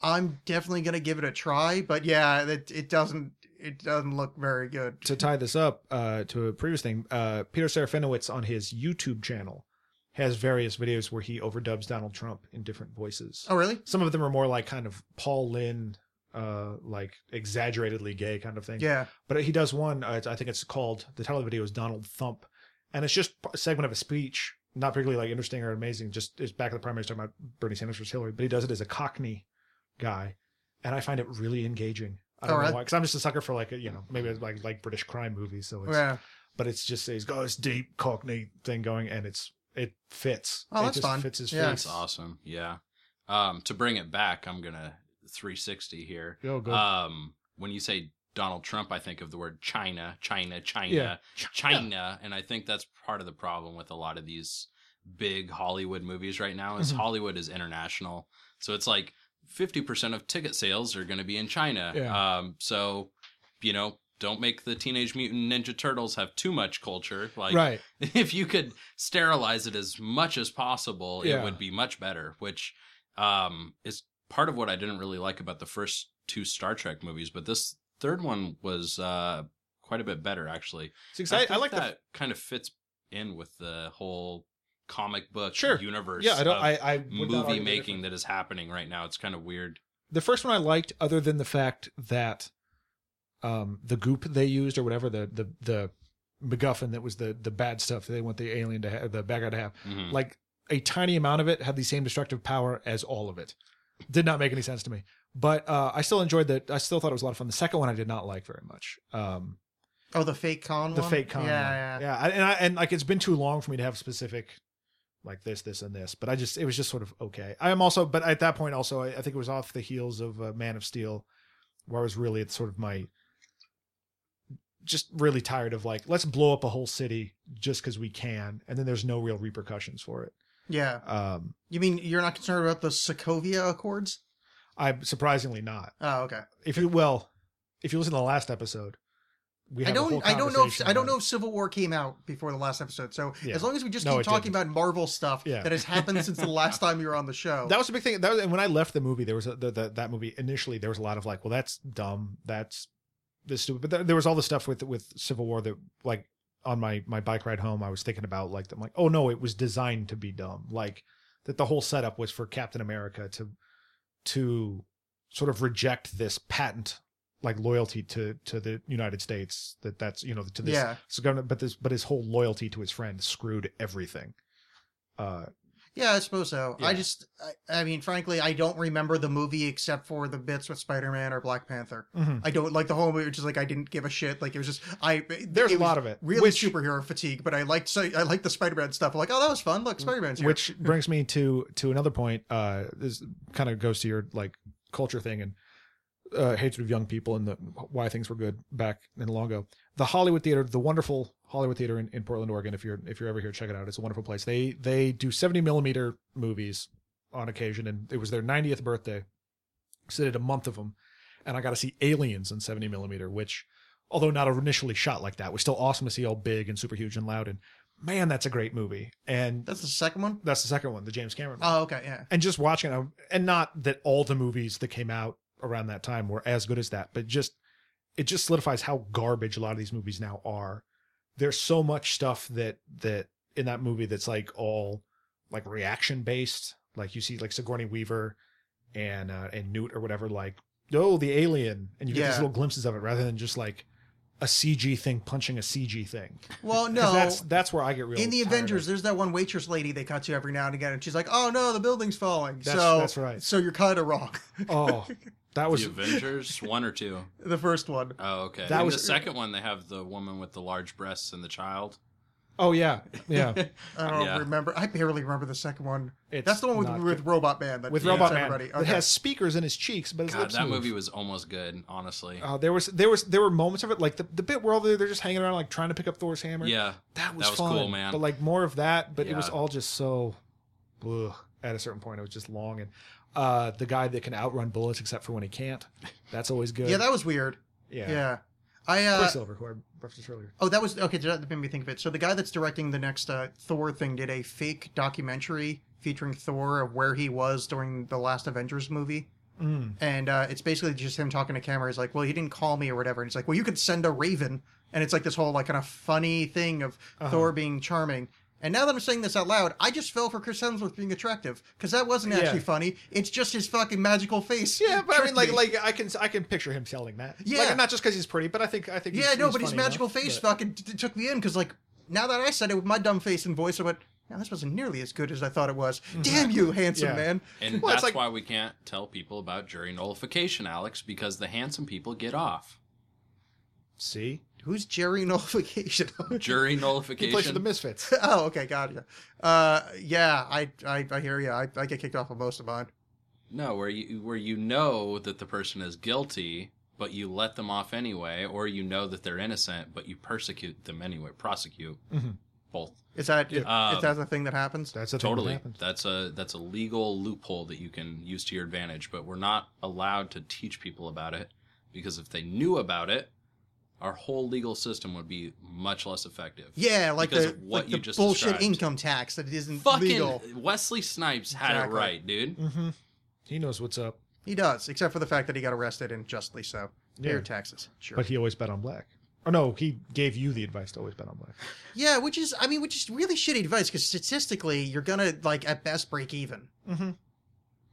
S5: I'm definitely gonna give it a try. But yeah, it it doesn't it doesn't look very good.
S6: to tie this up uh, to a previous thing, uh, Peter Serafinowicz on his YouTube channel has various videos where he overdubs Donald Trump in different voices.
S5: Oh really?
S6: Some of them are more like kind of Paul Lynn, uh, like exaggeratedly gay kind of thing.
S5: Yeah.
S6: But he does one, uh, I think it's called, the title of the video is Donald Thump. And it's just a segment of a speech, not particularly like interesting or amazing, just it's back at the primaries talking about Bernie Sanders versus Hillary, but he does it as a Cockney guy. And I find it really engaging. I don't
S5: All right.
S6: know why, because I'm just a sucker for like, you know, maybe like like British crime movies. So it's,
S5: Yeah.
S6: but it's just he's got this deep Cockney thing going, and it's it fits.
S5: Oh,
S6: it
S5: that's
S6: just
S5: fun.
S6: Fits his
S5: Yeah.
S6: face.
S7: That's awesome. Yeah. Um, to bring it back, I'm gonna 360 here.
S6: Oh, good.
S7: Um, when you say Donald Trump, I think of the word China, China, China,
S6: Yeah.
S7: China, and I think that's part of the problem with a lot of these big Hollywood movies right now. Is
S6: Mhm.
S7: Hollywood is international, so it's like 50% of ticket sales are going to be in China.
S6: Yeah.
S7: Um, so you know, don't make the Teenage Mutant Ninja Turtles have too much culture. Like,
S6: right.
S7: if you could sterilize it as much as possible,
S6: Yeah.
S7: it would be much better, which um, is part of what I didn't really like about the first two Star Trek movies, but this third one was uh, quite a bit better, actually.
S6: It's exci-
S7: I,
S6: I,
S7: think
S6: like
S7: that kind of fits in with the whole comic book
S6: Sure. the.
S7: universe
S6: Yeah, I don't.
S7: of
S6: I, I would not argue
S7: uh, movie
S6: the
S7: making
S6: difference.
S7: that is happening right now. It's kind of weird
S6: the first one I liked, other than the fact that um, the goop they used or whatever the the the MacGuffin that was the the bad stuff they want the alien to have, the bad guy to have,
S7: Mhm.
S6: like a tiny amount of it had the same destructive power as all of it. Did not make any sense to me, but uh, I still enjoyed that. I still thought it was a lot of fun. The second one I did not like very much. Um,
S5: Oh, the fake con
S6: the
S5: one?
S6: fake con.
S5: Yeah, yeah.
S6: yeah. I- and I, and like it's been too long for me to have specific, like this, this, and this. But I just it was just sort of okay. I am also, but at that point also, I, I think it was off the heels of uh, Man of Steel, where I was really at sort of my, just really tired of like let's blow up a whole city just because we can, and then there's no real repercussions for it.
S5: Yeah.
S6: Um,
S5: You mean you're not concerned about the Sokovia Accords?
S6: I surprisingly not.
S5: Oh, okay.
S6: If you well, if you listen to the last episode. We
S5: I
S6: have a whole
S5: don't. I don't know. If,
S6: conversation
S5: I don't
S6: about
S5: know if Civil War came out before the last episode. So
S6: Yeah.
S5: as long as we just
S6: No,
S5: keep
S6: it
S5: talking about Marvel stuff
S6: Yeah.
S5: that has happened since the last time you were on the show,
S6: That was a big thing. That was, and when I left the movie, there was a, the, the, that movie initially. There was a lot of like, well, that's dumb. That's this stupid. But there- there was all the stuff with with Civil War that like on my my bike ride home, I was thinking about like I'm like, oh no, it was designed to be dumb. Like that the whole setup was for Captain America to to sort of reject this patent like loyalty to to the United States that that's you know to this
S5: Yeah.
S6: so government but this but his whole loyalty to his friend screwed everything. Uh
S5: yeah, I suppose so. I
S6: Yeah.
S5: just, I, I mean, frankly, I don't remember the movie except for the bits with Spider Man or Black Panther.
S6: mhm.
S5: I don't like the whole movie, which is like I didn't give a shit. Like it was just I.
S6: There's
S5: it
S6: a
S5: was
S6: lot of it.
S5: Really
S6: which-
S5: superhero fatigue, but I liked so I liked the Spider Man stuff. Like oh, that was fun. Look, Spider Man's here.
S6: which brings me to to another point uh this kind of goes to your like culture thing and uh hatred of young people and the why things were good back in long ago the hollywood theater the wonderful hollywood theater in, in portland oregon if you're if you're ever here check it out it's a wonderful place they they do 70 millimeter movies on occasion and it was their 90th birthday so they did a month of them and i got to see aliens in 70 millimeter which although not initially shot like that was still awesome to see all big and super huge and loud and man that's a great movie and
S5: That's the second one.
S6: that's the second one, the James Cameron. one.
S5: Oh, okay, yeah.
S6: and just watching it, and not that all the movies that came out around that time were as good as that, but just it just solidifies how garbage a lot of these movies now are. There's so much stuff that that in that movie that's like all like reaction based. Like you see like Sigourney Weaver and uh, and Newt or whatever, like oh the alien, and you get
S5: Yeah.
S6: these little glimpses of it rather than just like a CG thing punching a CG thing.
S5: Well,
S6: 'Cause
S5: no,
S6: that's that's where I get real
S5: in the
S6: tired of
S5: Avengers,
S6: it.
S5: there's that one waitress lady they cut to every now and again, and she's like, "Oh no, the building's falling."
S6: That's-
S5: so
S6: that's right.
S5: So you're kind of wrong.
S6: Oh, that
S7: The
S6: was
S7: Avengers one or two.
S5: the first one.
S7: Oh, okay.
S6: That
S7: That was
S6: was-
S7: the second one. They have the woman with the large breasts and the child.
S6: Oh yeah, yeah.
S5: I don't
S7: Yeah.
S5: remember. I barely remember the second one.
S6: It's
S5: that's the one with
S6: not
S5: with Robot Man. That
S6: with
S5: hits
S6: Robot Man.
S5: everybody.
S6: It
S5: Okay.
S6: has speakers in his cheeks, but his
S7: God,
S6: lips
S7: that
S6: move.
S7: movie was almost good, honestly.
S6: Uh, there was there was there were moments of it like the, the bit where all they're, they're just hanging around like trying to pick up Thor's hammer.
S7: yeah,
S6: that was,
S7: that was
S6: fun,
S7: cool, man.
S6: But like more of that, but it was
S7: Yeah.
S6: all just so. Ugh. At a certain point, it was just long and uh, the guy that can outrun bullets except for when he can't. That's always good.
S5: yeah, that was weird. Yeah,
S6: yeah.
S5: I uh,
S6: Quicksilver, who I referenced earlier.
S5: oh that was okay. That made me think of it. So the guy that's directing the next uh, Thor thing did a fake documentary featuring Thor of where he was during the last Avengers movie.
S6: Mm.
S5: and uh, it's basically just him talking to camera. He's like, "Well, he didn't call me or whatever." And he's like, "Well, you could send a raven." And it's like this whole like kind of funny thing of
S6: Uh-huh.
S5: Thor being charming. And now that I'm saying this out loud, I just fell for Chris Hemsworth being attractive because that wasn't
S6: Yeah.
S5: actually funny. It's just his fucking magical face.
S6: Yeah, but I mean,
S5: tricked
S6: like,
S5: me.
S6: like I can I can picture him selling that.
S5: Yeah.
S6: like, not just because he's pretty, but I think I think
S5: yeah,
S6: he's,
S5: no,
S6: he's
S5: but his
S6: funny enough,
S5: magical face
S6: but-
S5: fucking t- t- took me in because like now that I said it with my dumb face and voice, I went, "Now this wasn't nearly as good as I thought it was." Damn you, handsome
S6: Mm-hmm. Yeah.
S5: man.
S7: and
S6: Well, it's
S7: that's
S6: like-
S7: why we can't tell people about jury nullification, Alex, because the handsome people get off.
S6: See,
S5: Who's Jerry Nullification?
S7: Jury
S6: he plays for
S7: nullification.
S6: the Misfits.
S5: oh, okay, gotcha. Uh, yeah, I, I, I hear you. I, I get kicked off of most of mine.
S7: no, where you where you know that the person is guilty, but you let them off anyway, or you know that they're innocent, but you persecute them anyway. Prosecute
S6: Mhm.
S7: both.
S5: Is that if,
S7: Um,
S5: if that's the thing that happens?
S6: That's a
S7: Totally. That's a that's a legal loophole that you can use to your advantage, but we're not allowed to teach people about it because if they knew about it, our whole legal system would be much less effective.
S5: yeah, like
S7: because
S5: the
S7: of what
S5: like
S7: you
S5: the
S7: just
S5: bullshit
S7: described.
S5: income tax that isn't
S7: Fucking
S5: legal.
S7: Wesley Snipes had it
S5: Exactly. Mm,
S7: right, dude.
S6: Mm-hmm. He knows what's up.
S5: He does, except for the fact that he got arrested and justly so. Pay
S6: Yeah.
S5: your taxes, sure.
S6: But he always bet on black. Or no, he gave you the advice to always bet on black.
S5: yeah, which is, I mean, which is really shitty advice because statistically, you're gonna like at best break even.
S6: Mm-hmm.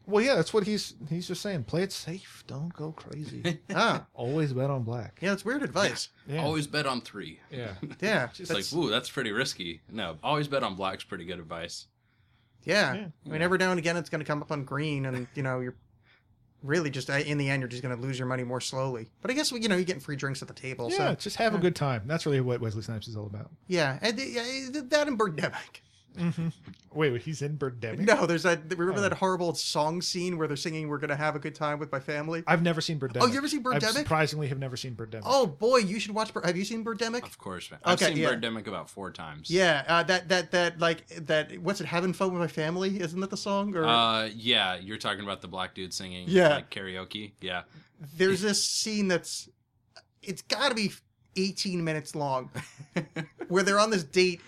S6: Well, yeah, that's what he's he's just saying. Play it safe. Don't go crazy.
S5: Ah,
S6: Always bet on black.
S5: yeah, that's weird advice.
S6: Yeah.
S7: Always bet on three.
S6: yeah.
S5: Yeah,
S7: It's like, ooh, that's pretty risky. No, always bet on black's pretty good advice.
S5: yeah.
S6: Yeah.
S5: I mean, every now and again, it's going to come up on green, and you know, you're really just in the end, you're just going to lose your money more slowly. But I guess you know, you're getting free drinks at the table,
S6: yeah,
S5: so
S6: just have a good time. That's really what Wesley Snipes is all about.
S5: yeah. And the, yeah, that and Birdemic.
S6: Wait, wait, he's in Birdemic?
S5: No, there's that. Remember
S6: Oh.
S5: that horrible song scene where they're singing "We're gonna have a good time with my family."
S6: I've never seen Birdemic.
S5: Oh, you ever seen
S6: I
S5: Birdemic?
S6: surprisingly have never seen Birdemic.
S5: Oh boy, you should watch. Bir- Have you seen Birdemic?
S7: Of course, man. I've
S5: Okay,
S7: seen
S5: yeah.
S7: Birdemic about four times.
S5: Yeah, uh, that that that like that. What's it? Having fun with my family? Isn't that the song? Or
S7: Uh, yeah, you're talking about the black dude singing
S5: Yeah.
S7: like karaoke. Yeah.
S5: there's this scene that's it's got to be 18 minutes long, where they're on this date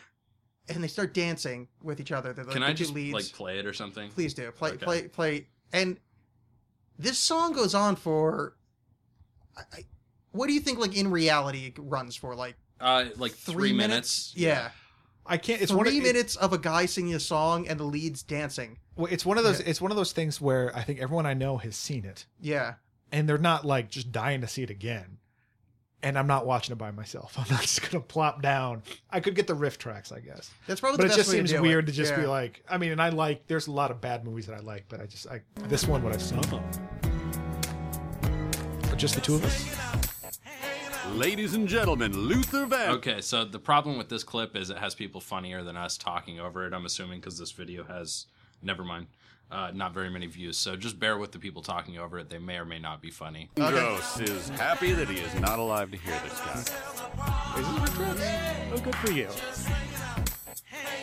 S5: and they start dancing with each other. They're like
S7: Can
S5: the
S7: I
S5: two
S7: just
S5: leads.
S7: like play it or something?
S5: Please do play
S7: Okay.
S5: play play. And this song goes on for. I, I, what do you think? Like in reality, it runs for like
S7: Uh, like three, minutes.
S5: Yeah,
S6: I can't. It's
S5: three
S6: one of, it-
S5: minutes of a guy singing a song and the leads dancing.
S6: well, it's one of those. It's one of those things where I think everyone I know has seen it,
S5: Yeah,
S6: and they're not like just dying to see it again. And I'm not watching it by myself. I'm not just gonna plop down. I could get the riff tracks, I guess,
S5: that's probably.
S6: but
S5: the
S6: it
S5: best
S6: just
S5: way
S6: seems
S5: to do
S6: weird
S5: it.
S6: to just be
S5: Yeah.
S6: like. I mean, and I like. There's a lot of bad movies that I like, but I just I this one what I saw. Just the two of us.
S8: Ladies and gentlemen, Luther Van.
S7: Okay, so the problem with this clip is it has people funnier than us talking over it. I'm assuming because this video has, never mind, uh, not very many views. So just bear with the people talking over it. They may or may not be funny.
S8: Gross is happy that he is not alive to hear this guy.
S6: Oh, good for you.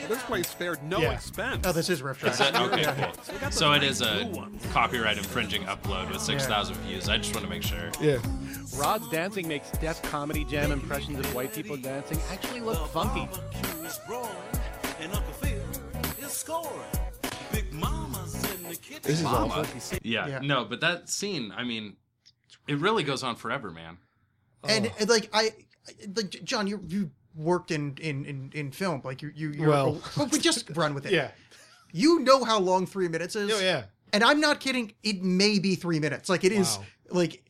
S9: This place spared no
S6: Yeah.
S9: expense.
S5: Oh, this is riff track.
S7: That- okay, cool. So it is a copyright infringing upload with 6,000 views. I just want to make sure.
S6: Yeah.
S10: Rod's dancing makes deaf comedy jam impressions of white people dancing actually look funky.
S6: This is awful.
S7: Yeah,
S5: Yeah.
S7: no, but that scene, I mean, it really goes on forever, man.
S5: and,
S6: Oh.
S5: and, like I, I- like J- John, you you worked in in in, in film, like you you you're,
S6: Well.
S5: but we just run with it.
S6: Yeah.
S5: you know how long three minutes is.
S6: Oh yeah.
S5: and I'm not kidding. It may be three minutes. Like it is
S6: Wow.
S5: like.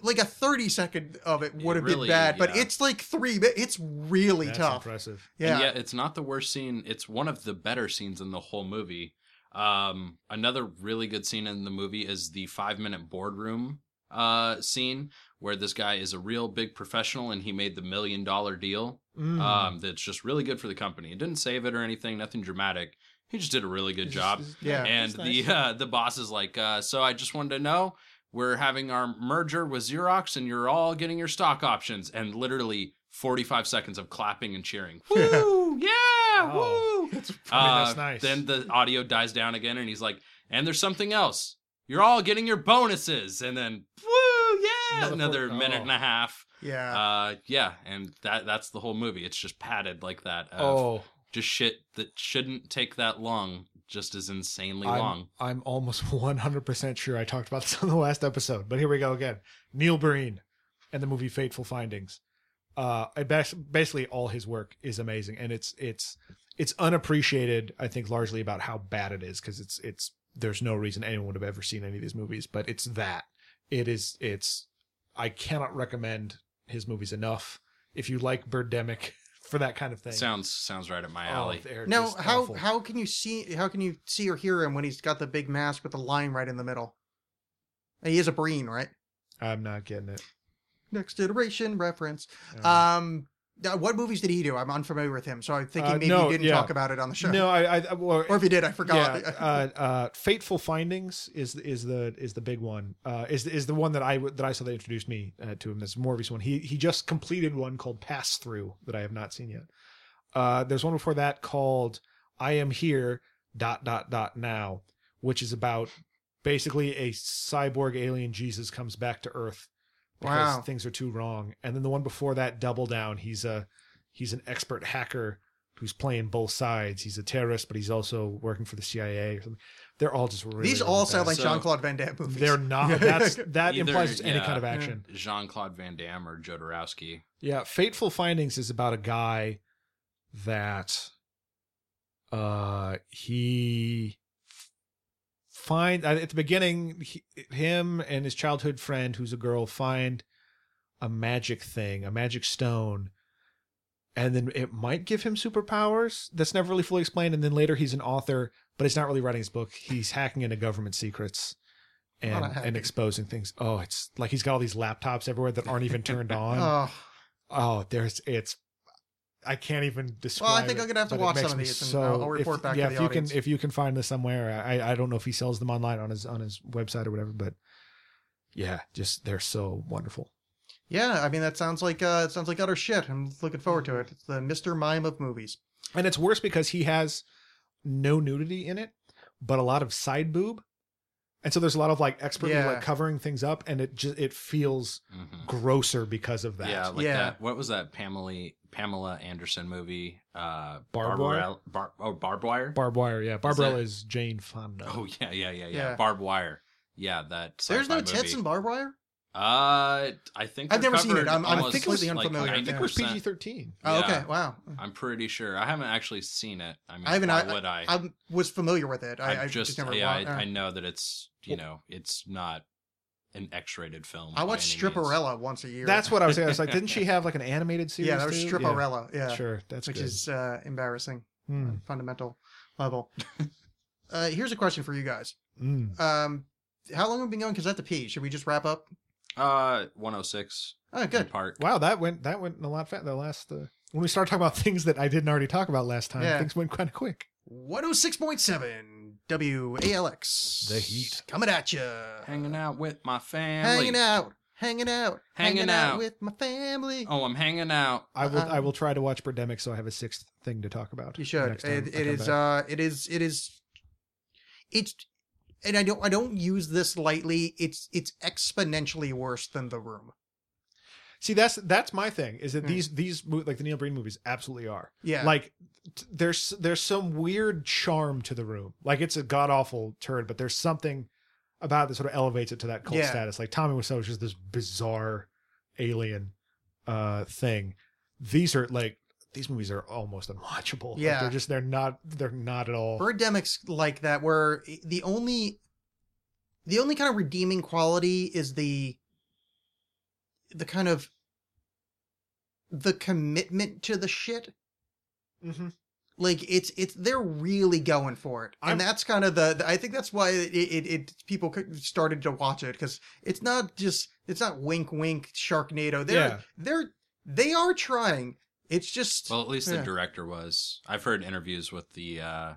S5: Like a thirty second of it would have
S7: really-
S5: been bad, but
S7: yeah.
S5: it's like three. mi- It's really
S6: That's
S5: tough.
S6: impressive.
S5: Yeah,
S7: And yet it's not the worst scene. It's one of the better scenes in the whole movie. Um, another really good scene in the movie is the five minute boardroom uh, scene where this guy is a real big professional and he made the million dollar deal.
S6: Mm.
S7: Um, that's just really good for the company. It didn't save it or anything, nothing dramatic. He just did a really good job.
S5: yeah.
S7: and the uh, the boss is like, uh, so I just wanted to know we're having our merger with Xerox, and you're all getting your stock options, and literally 45 seconds of clapping and cheering. Woo! yeah!
S6: Wow. I mean,
S7: Woo! Uh,
S6: oh. that's nice.
S7: Then the audio dies down again, and he's like, and there's something else. You're all getting your bonuses, and then woo! Yeah!
S6: Another
S7: Another,
S6: four-
S7: minute
S6: oh. Ah.
S7: and a half.
S5: yeah.
S7: Uh, yeah, and that that's the whole movie. It's just padded like that. Of
S6: oh,
S7: just shit that shouldn't take that long, just is insanely long.
S6: I'm, I'm almost 100% sure I talked about this on the last episode, but here we go again. Neil Breen and the movie Fateful Findings. Uh, I bas- basically all his work is amazing, and it's it's it's unappreciated. I think largely about how bad it is because it's it's there's no reason anyone would have ever seen any of these movies, but it's that it is it's I cannot recommend his movies enough. If you like Birdemic for that kind of thing,
S7: Sounds sounds right up my
S6: Oh,
S7: alley.
S6: they're
S5: Now,
S6: just
S5: how
S6: awful.
S5: how can you see how can you see or hear him when he's got the big mask with the line right in the middle? And he is a breen, right?
S6: I'm not getting it.
S5: Next iteration reference.
S6: I don't know.
S5: Um, now, what movies did he do? I'm unfamiliar with him, so I'm thinking
S6: Uh-huh. Uh,
S5: maybe
S6: no,
S5: you didn't
S6: yeah.
S5: talk about it on the show.
S6: No, I, I well,
S5: or if you did, I forgot.
S6: yeah, uh, uh, Fateful Findings is is the is the big one. Uh, is is the one that I w- that I saw that introduced me uh, to him. That's a more recent one. He he just completed one called Pass Through that I have not seen yet. Uh, there's one before that called I Am Here dot dot dot now, which is about basically a cyborg alien Jesus comes back to Earth because
S5: Wow.
S6: things are too wrong. And then the one before that, Double Down. He's a he's an expert hacker who's playing both sides. He's a terrorist, but he's also working for the CIA or something. They're all just really
S5: These all
S6: really
S5: sound
S6: bad.
S5: like
S7: So-
S5: Jean Claude Van Damme movies.
S6: they're not. That's that
S7: Either-
S6: implies it's any
S7: yeah.
S6: kind of action.
S7: Jean Claude Van Damme or Jodorowsky.
S6: Yeah, Fateful Findings is about a guy that uh he find at the beginning he, him and his childhood friend who's a girl find a magic thing a magic stone and then it might give him superpowers that's never really fully explained and then later he's an author but he's not really writing his book he's hacking into government secrets and,
S5: Lot of hacking.
S6: and exposing things oh it's like he's got all these laptops everywhere that aren't even turned on
S5: Oh,
S6: Oh, there's it's. I can't even describe.
S5: think
S6: it,
S5: I'm gonna have to
S6: but it
S5: watch
S6: makes
S5: some of
S6: me
S5: these and uh, I'll- I'll report
S6: if,
S5: back to
S6: Yeah,
S5: the
S6: if you
S5: audience.
S6: can, if you can find this somewhere, I I don't know if he sells them online on his on his website or whatever, but yeah, just they're so wonderful.
S5: yeah. I mean, that sounds like uh, it sounds like utter shit. I'm looking forward to it. It's the Mister Mime of movies.
S6: And it's worse because he has no nudity in it, but a lot of side boob, and so there's a lot of like expertly
S5: Yeah.
S6: like covering things up, and it just it feels
S7: Mhm.
S6: grosser because of that.
S7: Yeah, like
S5: Yeah.
S7: that. What was that Pamela Pamela Anderson movie? Uh,
S6: Barbed Wire?
S7: Barbarella- Bar, oh, barbed wire.
S6: Barbed wire, yeah. Barbarella
S7: that-
S6: is Jane Fonda.
S7: oh yeah, yeah, yeah, yeah,
S5: Yeah.
S7: Barbed wire. Yeah, that.
S5: There's
S7: sci-fi
S5: no tits
S7: movie.
S5: in barbed wire.
S7: Uh, I think
S5: I've
S7: they're
S5: never seen it.
S7: covered
S5: I'm- I'm
S7: almost,
S5: completely
S7: like,
S5: unfamiliar.
S6: I think it was
S7: 90%.
S6: PG thirteen.
S5: Oh,
S7: Yeah.
S5: okay. Wow.
S7: I'm pretty sure. I haven't actually seen it. I mean,
S5: I haven't.
S7: why
S5: I,
S7: would I?
S5: I was familiar with it. I,
S7: I've
S5: I just, never uh,
S7: yeah, I,
S5: watched.
S7: I
S5: I,
S7: know that it's you know it's not an X-rated film. by
S5: watch
S7: any means.
S5: Stripperella once a year.
S6: That's what I was saying. I was like, didn't she have like an animated series?
S5: yeah, that was
S6: too?
S5: Stripperella. Yeah,
S6: Sure, that's
S5: which
S6: good.
S5: is uh, embarrassing,
S6: Mm,
S5: on a fundamental level. uh, here's a question for you guys.
S6: mm.
S5: Um, how long have we been going? Because I have to pee. Should we just wrap up?
S7: Uh, 106.
S5: Oh, good.
S7: Park.
S6: Wow, that went that went a lot fast. The last uh, when we started talking about things that I didn't already talk about last time,
S5: Yeah.
S6: things went kind of quick.
S5: 106.7 WALX.
S6: The heat.
S5: Coming at you.
S7: Hanging out with my family.
S5: Hanging out. Hanging out.
S7: Hanging out.
S5: with my family.
S7: Oh, I'm hanging out.
S6: I will
S5: Uh-uh.
S6: I will try to watch Birdemic so I have a sixth thing to talk about.
S5: You should.
S6: next time
S5: It,
S6: I
S5: it
S6: come
S5: is.
S6: back.
S5: Uh, it is. It is. It's. And I don't. I don't use this lightly. It's. It's exponentially worse than the room.
S6: See, that's that's my thing is that
S5: Hmm.
S6: these these mo- like the Neil Breen movies absolutely are.
S5: Yeah.
S6: Like t- there's there's some weird charm to the room. Like it's a god awful turd, but there's something about it that sort of elevates it to that cult
S5: Yeah.
S6: status. Like Tommy Wiseau is just this bizarre alien uh thing. These are like these movies are almost unwatchable. Like,
S5: Yeah.
S6: they're just they're not they're not at all.
S5: Birdemic's like that, where the only. The only kind of redeeming quality is the. The kind of. The commitment to the shit.
S6: Mhm.
S5: like it's it's they're really going for it and
S6: I'm-
S5: that's kind of the, the i think that's why it, it, it people could- started to watch it because it's not just it's not wink wink sharknado they're
S6: Yeah.
S5: they're they are trying it's just
S7: Well, at least
S5: Yeah.
S7: the director was. I've heard interviews with the uh,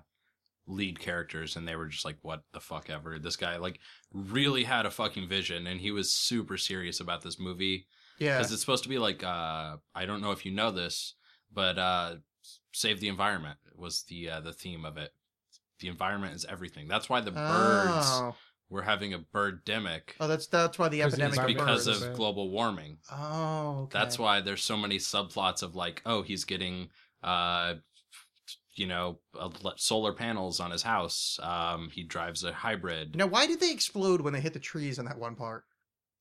S7: lead characters, and they were just like, "What the fuck ever." This guy like really had a fucking vision, and he was super serious about this movie.
S5: yeah
S7: because it's supposed to be like uh i don't know if you know this but uh save the environment was the uh, the theme of it the environment is everything that's why the birds
S5: oh.
S7: were having a bird demic
S5: oh that's that's why the
S6: Because the
S5: epidemic of
S7: because
S5: birds.
S6: birds.
S7: of global warming
S5: oh okay.
S7: that's why there's so many subplots of like oh he's getting uh you know uh, le- solar panels on his house um he drives a hybrid
S5: now why did they explode when they hit the trees in that one part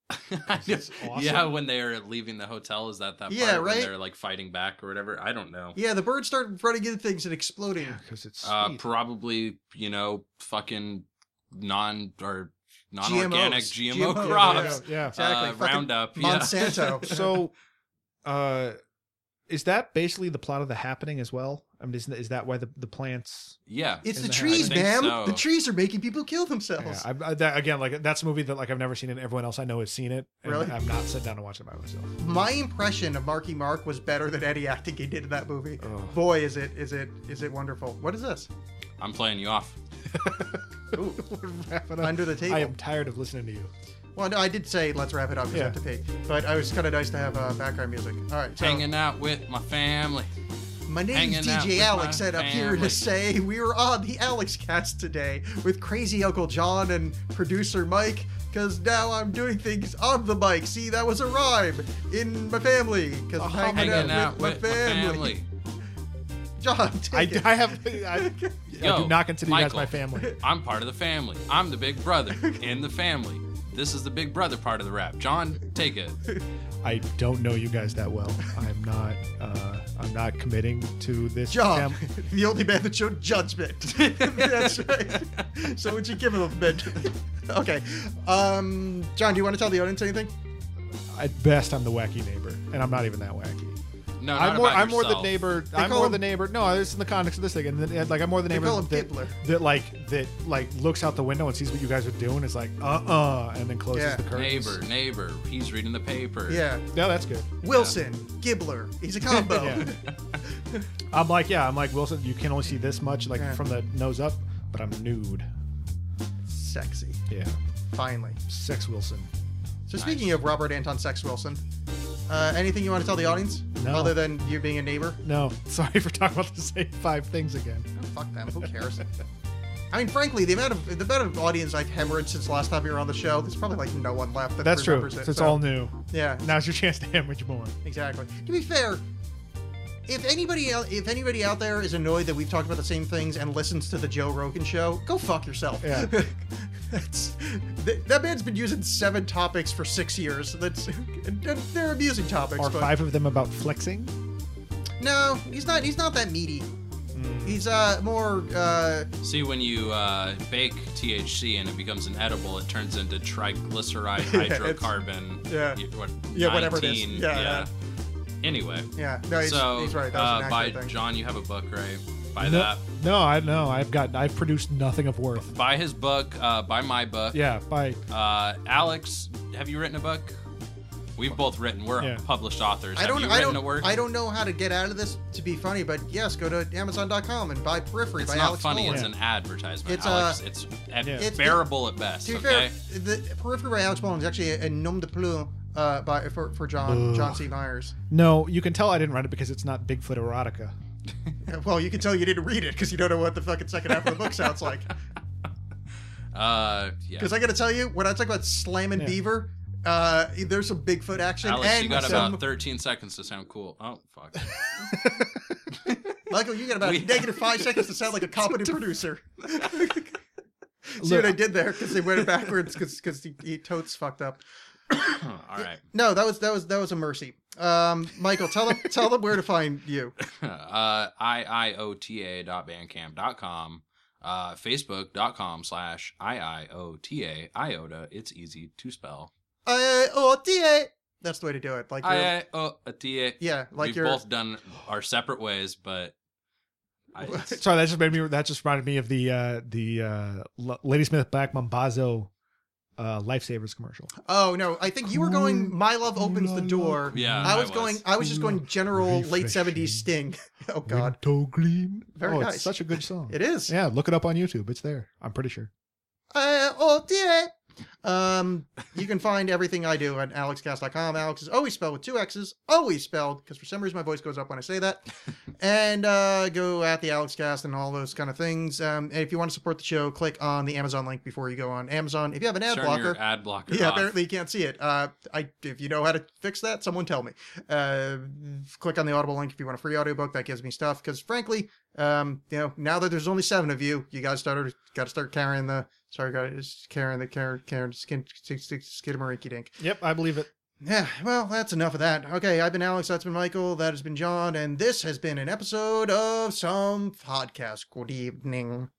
S7: I know.
S6: This is awesome.
S7: yeah when they're leaving the hotel is that that
S5: Yeah,
S7: part when
S5: right?
S7: they're like fighting back or whatever i don't know
S5: yeah the birds started running into things and exploding
S6: because it's
S7: Uh,
S6: sweet.
S7: probably, you know, fucking non or non-organic
S5: GMOs.
S7: GMO
S5: GMOs,
S7: crops.
S6: yeah, Oh, yeah.
S5: Exactly.
S7: Uh,
S5: Fucking
S7: Roundup. Yeah.
S5: monsanto
S6: so uh is that basically the plot of the happening as well i mean is, is that why the, the plants
S7: yeah.
S5: it's
S6: in
S5: the
S6: the house.
S5: trees
S7: I think
S5: man
S7: so.
S5: the trees are making people kill themselves
S6: yeah, I, I, that, again like that's a movie that like i've never seen and everyone else i know has seen it and
S5: Really?
S6: i've not sat down and watched it by myself
S5: My impression of Marky Mark was better than any acting he did in that movie.
S6: Oh.
S5: Boy, is it is it is it wonderful. What is this?
S7: I'm playing you off.
S5: Ooh,
S6: We're wrapping up.
S5: under the table.
S6: i am tired of listening to you
S5: Well, no, I did say let's wrap it up because I have to pee. But I was kind of nice to have uh, background music. All right, so
S7: Hanging out with my family.
S5: my name is
S7: hanging out
S5: DJ
S7: with
S5: Alex,
S7: my
S5: and I'm here to
S7: family.
S5: say we were on the Alex Cast today with crazy Uncle John and producer Mike. Because now I'm doing things on the mic. See, that was a rhyme in my family. Because I'm hanging,
S7: Hanging
S5: out, with, my, family. John, take
S6: i,
S5: it.
S6: I have I, I
S7: Yo,
S6: do not consider you guys
S7: Michael.
S6: my family
S7: I'm part of the family. I'm the big brother in the family. This is the big brother part of the rap. John, take it.
S6: I don't know you guys that well. I'm not. Uh, I'm not committing to this.
S5: John,
S6: attempt.
S5: the only man that showed judgment. That's right. So would you give him a bit? okay. Um, John, do you want to tell the audience anything?
S6: At best, I'm the wacky neighbor, and I'm not even that wacky.
S7: No, not
S6: I'm more.
S7: about
S6: I'm more the
S7: yourself.
S6: neighbor. I'm
S5: call
S6: more
S5: him-
S6: the neighbor. No, this is in the context of this thing, and then, and, like I'm more the neighbor
S5: call him
S6: that,
S5: Gibbler.
S6: that like that like looks out the window and sees what you guys are doing. Is like uh uh, and then closes
S5: Yeah.
S6: the curtains.
S7: Neighbor, neighbor. He's reading the paper.
S5: Yeah.
S6: No, that's good.
S5: Wilson, Gibbler. He's a combo.
S6: Yeah. I'm like yeah. I'm like Wilson. You can only see this much, like
S5: Yeah.
S6: from the nose up, but I'm nude.
S5: Sexy.
S6: Yeah,
S5: Finally.
S6: sex Wilson.
S5: So speaking of Robert Anton Sex Wilson, uh, anything you want to tell the audience
S6: No.
S5: other than you being a neighbor? Oh,
S6: No, sorry for talking about the same five things again.
S5: Fuck them. Who cares? I mean, frankly, the amount of the amount of audience I've hemorrhaged since last time you were on the show, there's probably like no one left. That
S6: That's true.
S5: remembers
S6: So
S5: It,
S6: it's
S5: so-
S6: all new.
S5: Yeah.
S6: Now's your chance to hemorrhage more.
S5: Exactly. To be fair, if anybody el- if anybody out there is annoyed that we've talked about the same things and listens to the Joe Rogan show, go fuck yourself.
S6: Yeah.
S5: That's th- that man's been using seven topics for six years. That's they're, they're amusing topics.
S6: Are
S5: but
S6: five of them about flexing?
S5: No, he's not. He's not that meaty. He's uh more uh
S7: See, when you uh, bake THC and it becomes inedible, it turns into triglyceride
S5: it's-
S7: hydrocarbon.
S5: yeah.
S7: y- what,
S5: Yeah, whatever it is.
S7: 19,
S5: Yeah,
S7: Anyway.
S5: yeah. No, he's,
S7: so,
S5: he's right. That was
S7: uh,
S5: an
S7: by
S5: accurate thing.
S7: John, you have a book, right? Buy
S6: no,
S7: that.
S6: No, I no. I've got. I've produced nothing of worth.
S7: Buy his book. Uh, buy my book.
S6: Yeah. By
S7: Uh, Alex, have you written a book? We've both written. We're
S6: Yeah.
S7: published authors.
S5: I don't.
S7: have you
S5: I
S7: written
S5: don't.
S7: a work?
S5: I don't know how to get out of this to be funny, but yes, go to Amazon.com and buy Periphery
S7: It's
S5: by
S7: not
S5: Alex
S7: funny.
S5: Mullen.
S7: It's an advertisement.
S5: It's,
S7: Alex.
S5: uh,
S7: it's at
S6: Yeah.
S5: It's-
S7: bearable at best.
S5: To be
S7: okay.
S5: fair, the Periphery by Alex Mullen is actually a, a nom de plume uh, by for, for John John C. Myers.
S6: no, you can tell I didn't write it because it's not Bigfoot erotica.
S5: Well, you can tell you didn't read it because you don't know what the fucking second half of the book sounds like.
S7: Uh, yeah.
S5: Because I got to tell you, when I talk about slamming
S6: Yeah.
S5: Beaver, uh, there's some Bigfoot action
S7: Alex,
S5: and
S7: you got
S5: some,
S7: about 13 seconds to sound cool. Oh, fuck.
S5: Michael, you got about
S7: We-
S5: negative five seconds to sound like a competent producer. See
S6: Look-
S5: what I did there? Because they went it backwards because he, he totes fucked up.
S7: All right.
S5: No, that was that was that was a mercy. Um, Michael, tell them tell them where to find you.
S7: Uh, IIOTA.bandcamp.com, uh, Facebook.com slash IIOTA, IOTA. It's easy to spell.
S5: I O T A. Uh, oh, That's the way to do it. Like your,
S7: IIOTA.
S5: yeah, like
S7: We've
S5: your
S7: both done our separate ways, but I, it's-
S6: Sorry, that just made me. That just reminded me of the uh, the uh, L- Ladysmith Black Mambazo uh, lifesavers commercial.
S5: Oh no, I think you were going My Love Opens the Door.
S7: Yeah,
S5: I
S7: I
S5: was,
S7: was.
S5: going I was just going general late
S6: Refreshing.
S5: 70s sting. Oh god.
S6: Window gleam.
S5: Very
S6: oh,
S5: nice.
S6: it's such a good song.
S5: It is.
S6: Yeah, look it up on YouTube. It's there. I'm pretty sure.
S5: Uh, oh dear. Um you can find everything I do at alexcast.com. Alex is always spelled with two X's, always spelled, because for some reason my voice goes up when I say that. and uh go at the AlexCast and all those kind of things. Um and if you want to support the show, click on the Amazon link before you go on Amazon. If you have an ad
S7: turn
S5: blocker,
S7: your ad blocker
S5: Yeah,
S7: off.
S5: apparently you can't see it. Uh, I if you know how to fix that, someone tell me. Uh, click on the Audible link if you want a free audiobook. That gives me stuff because frankly, um, you know, now that there's only seven of you, you guys started got to start carrying the sorry guys carrying the carrying carrying skin skidamarinky dink.
S6: Yep, I believe it.
S5: Yeah, well, that's enough of that. Okay, I've been Alex. That's been Michael. That has been John, and this has been an episode of some podcast. Good evening.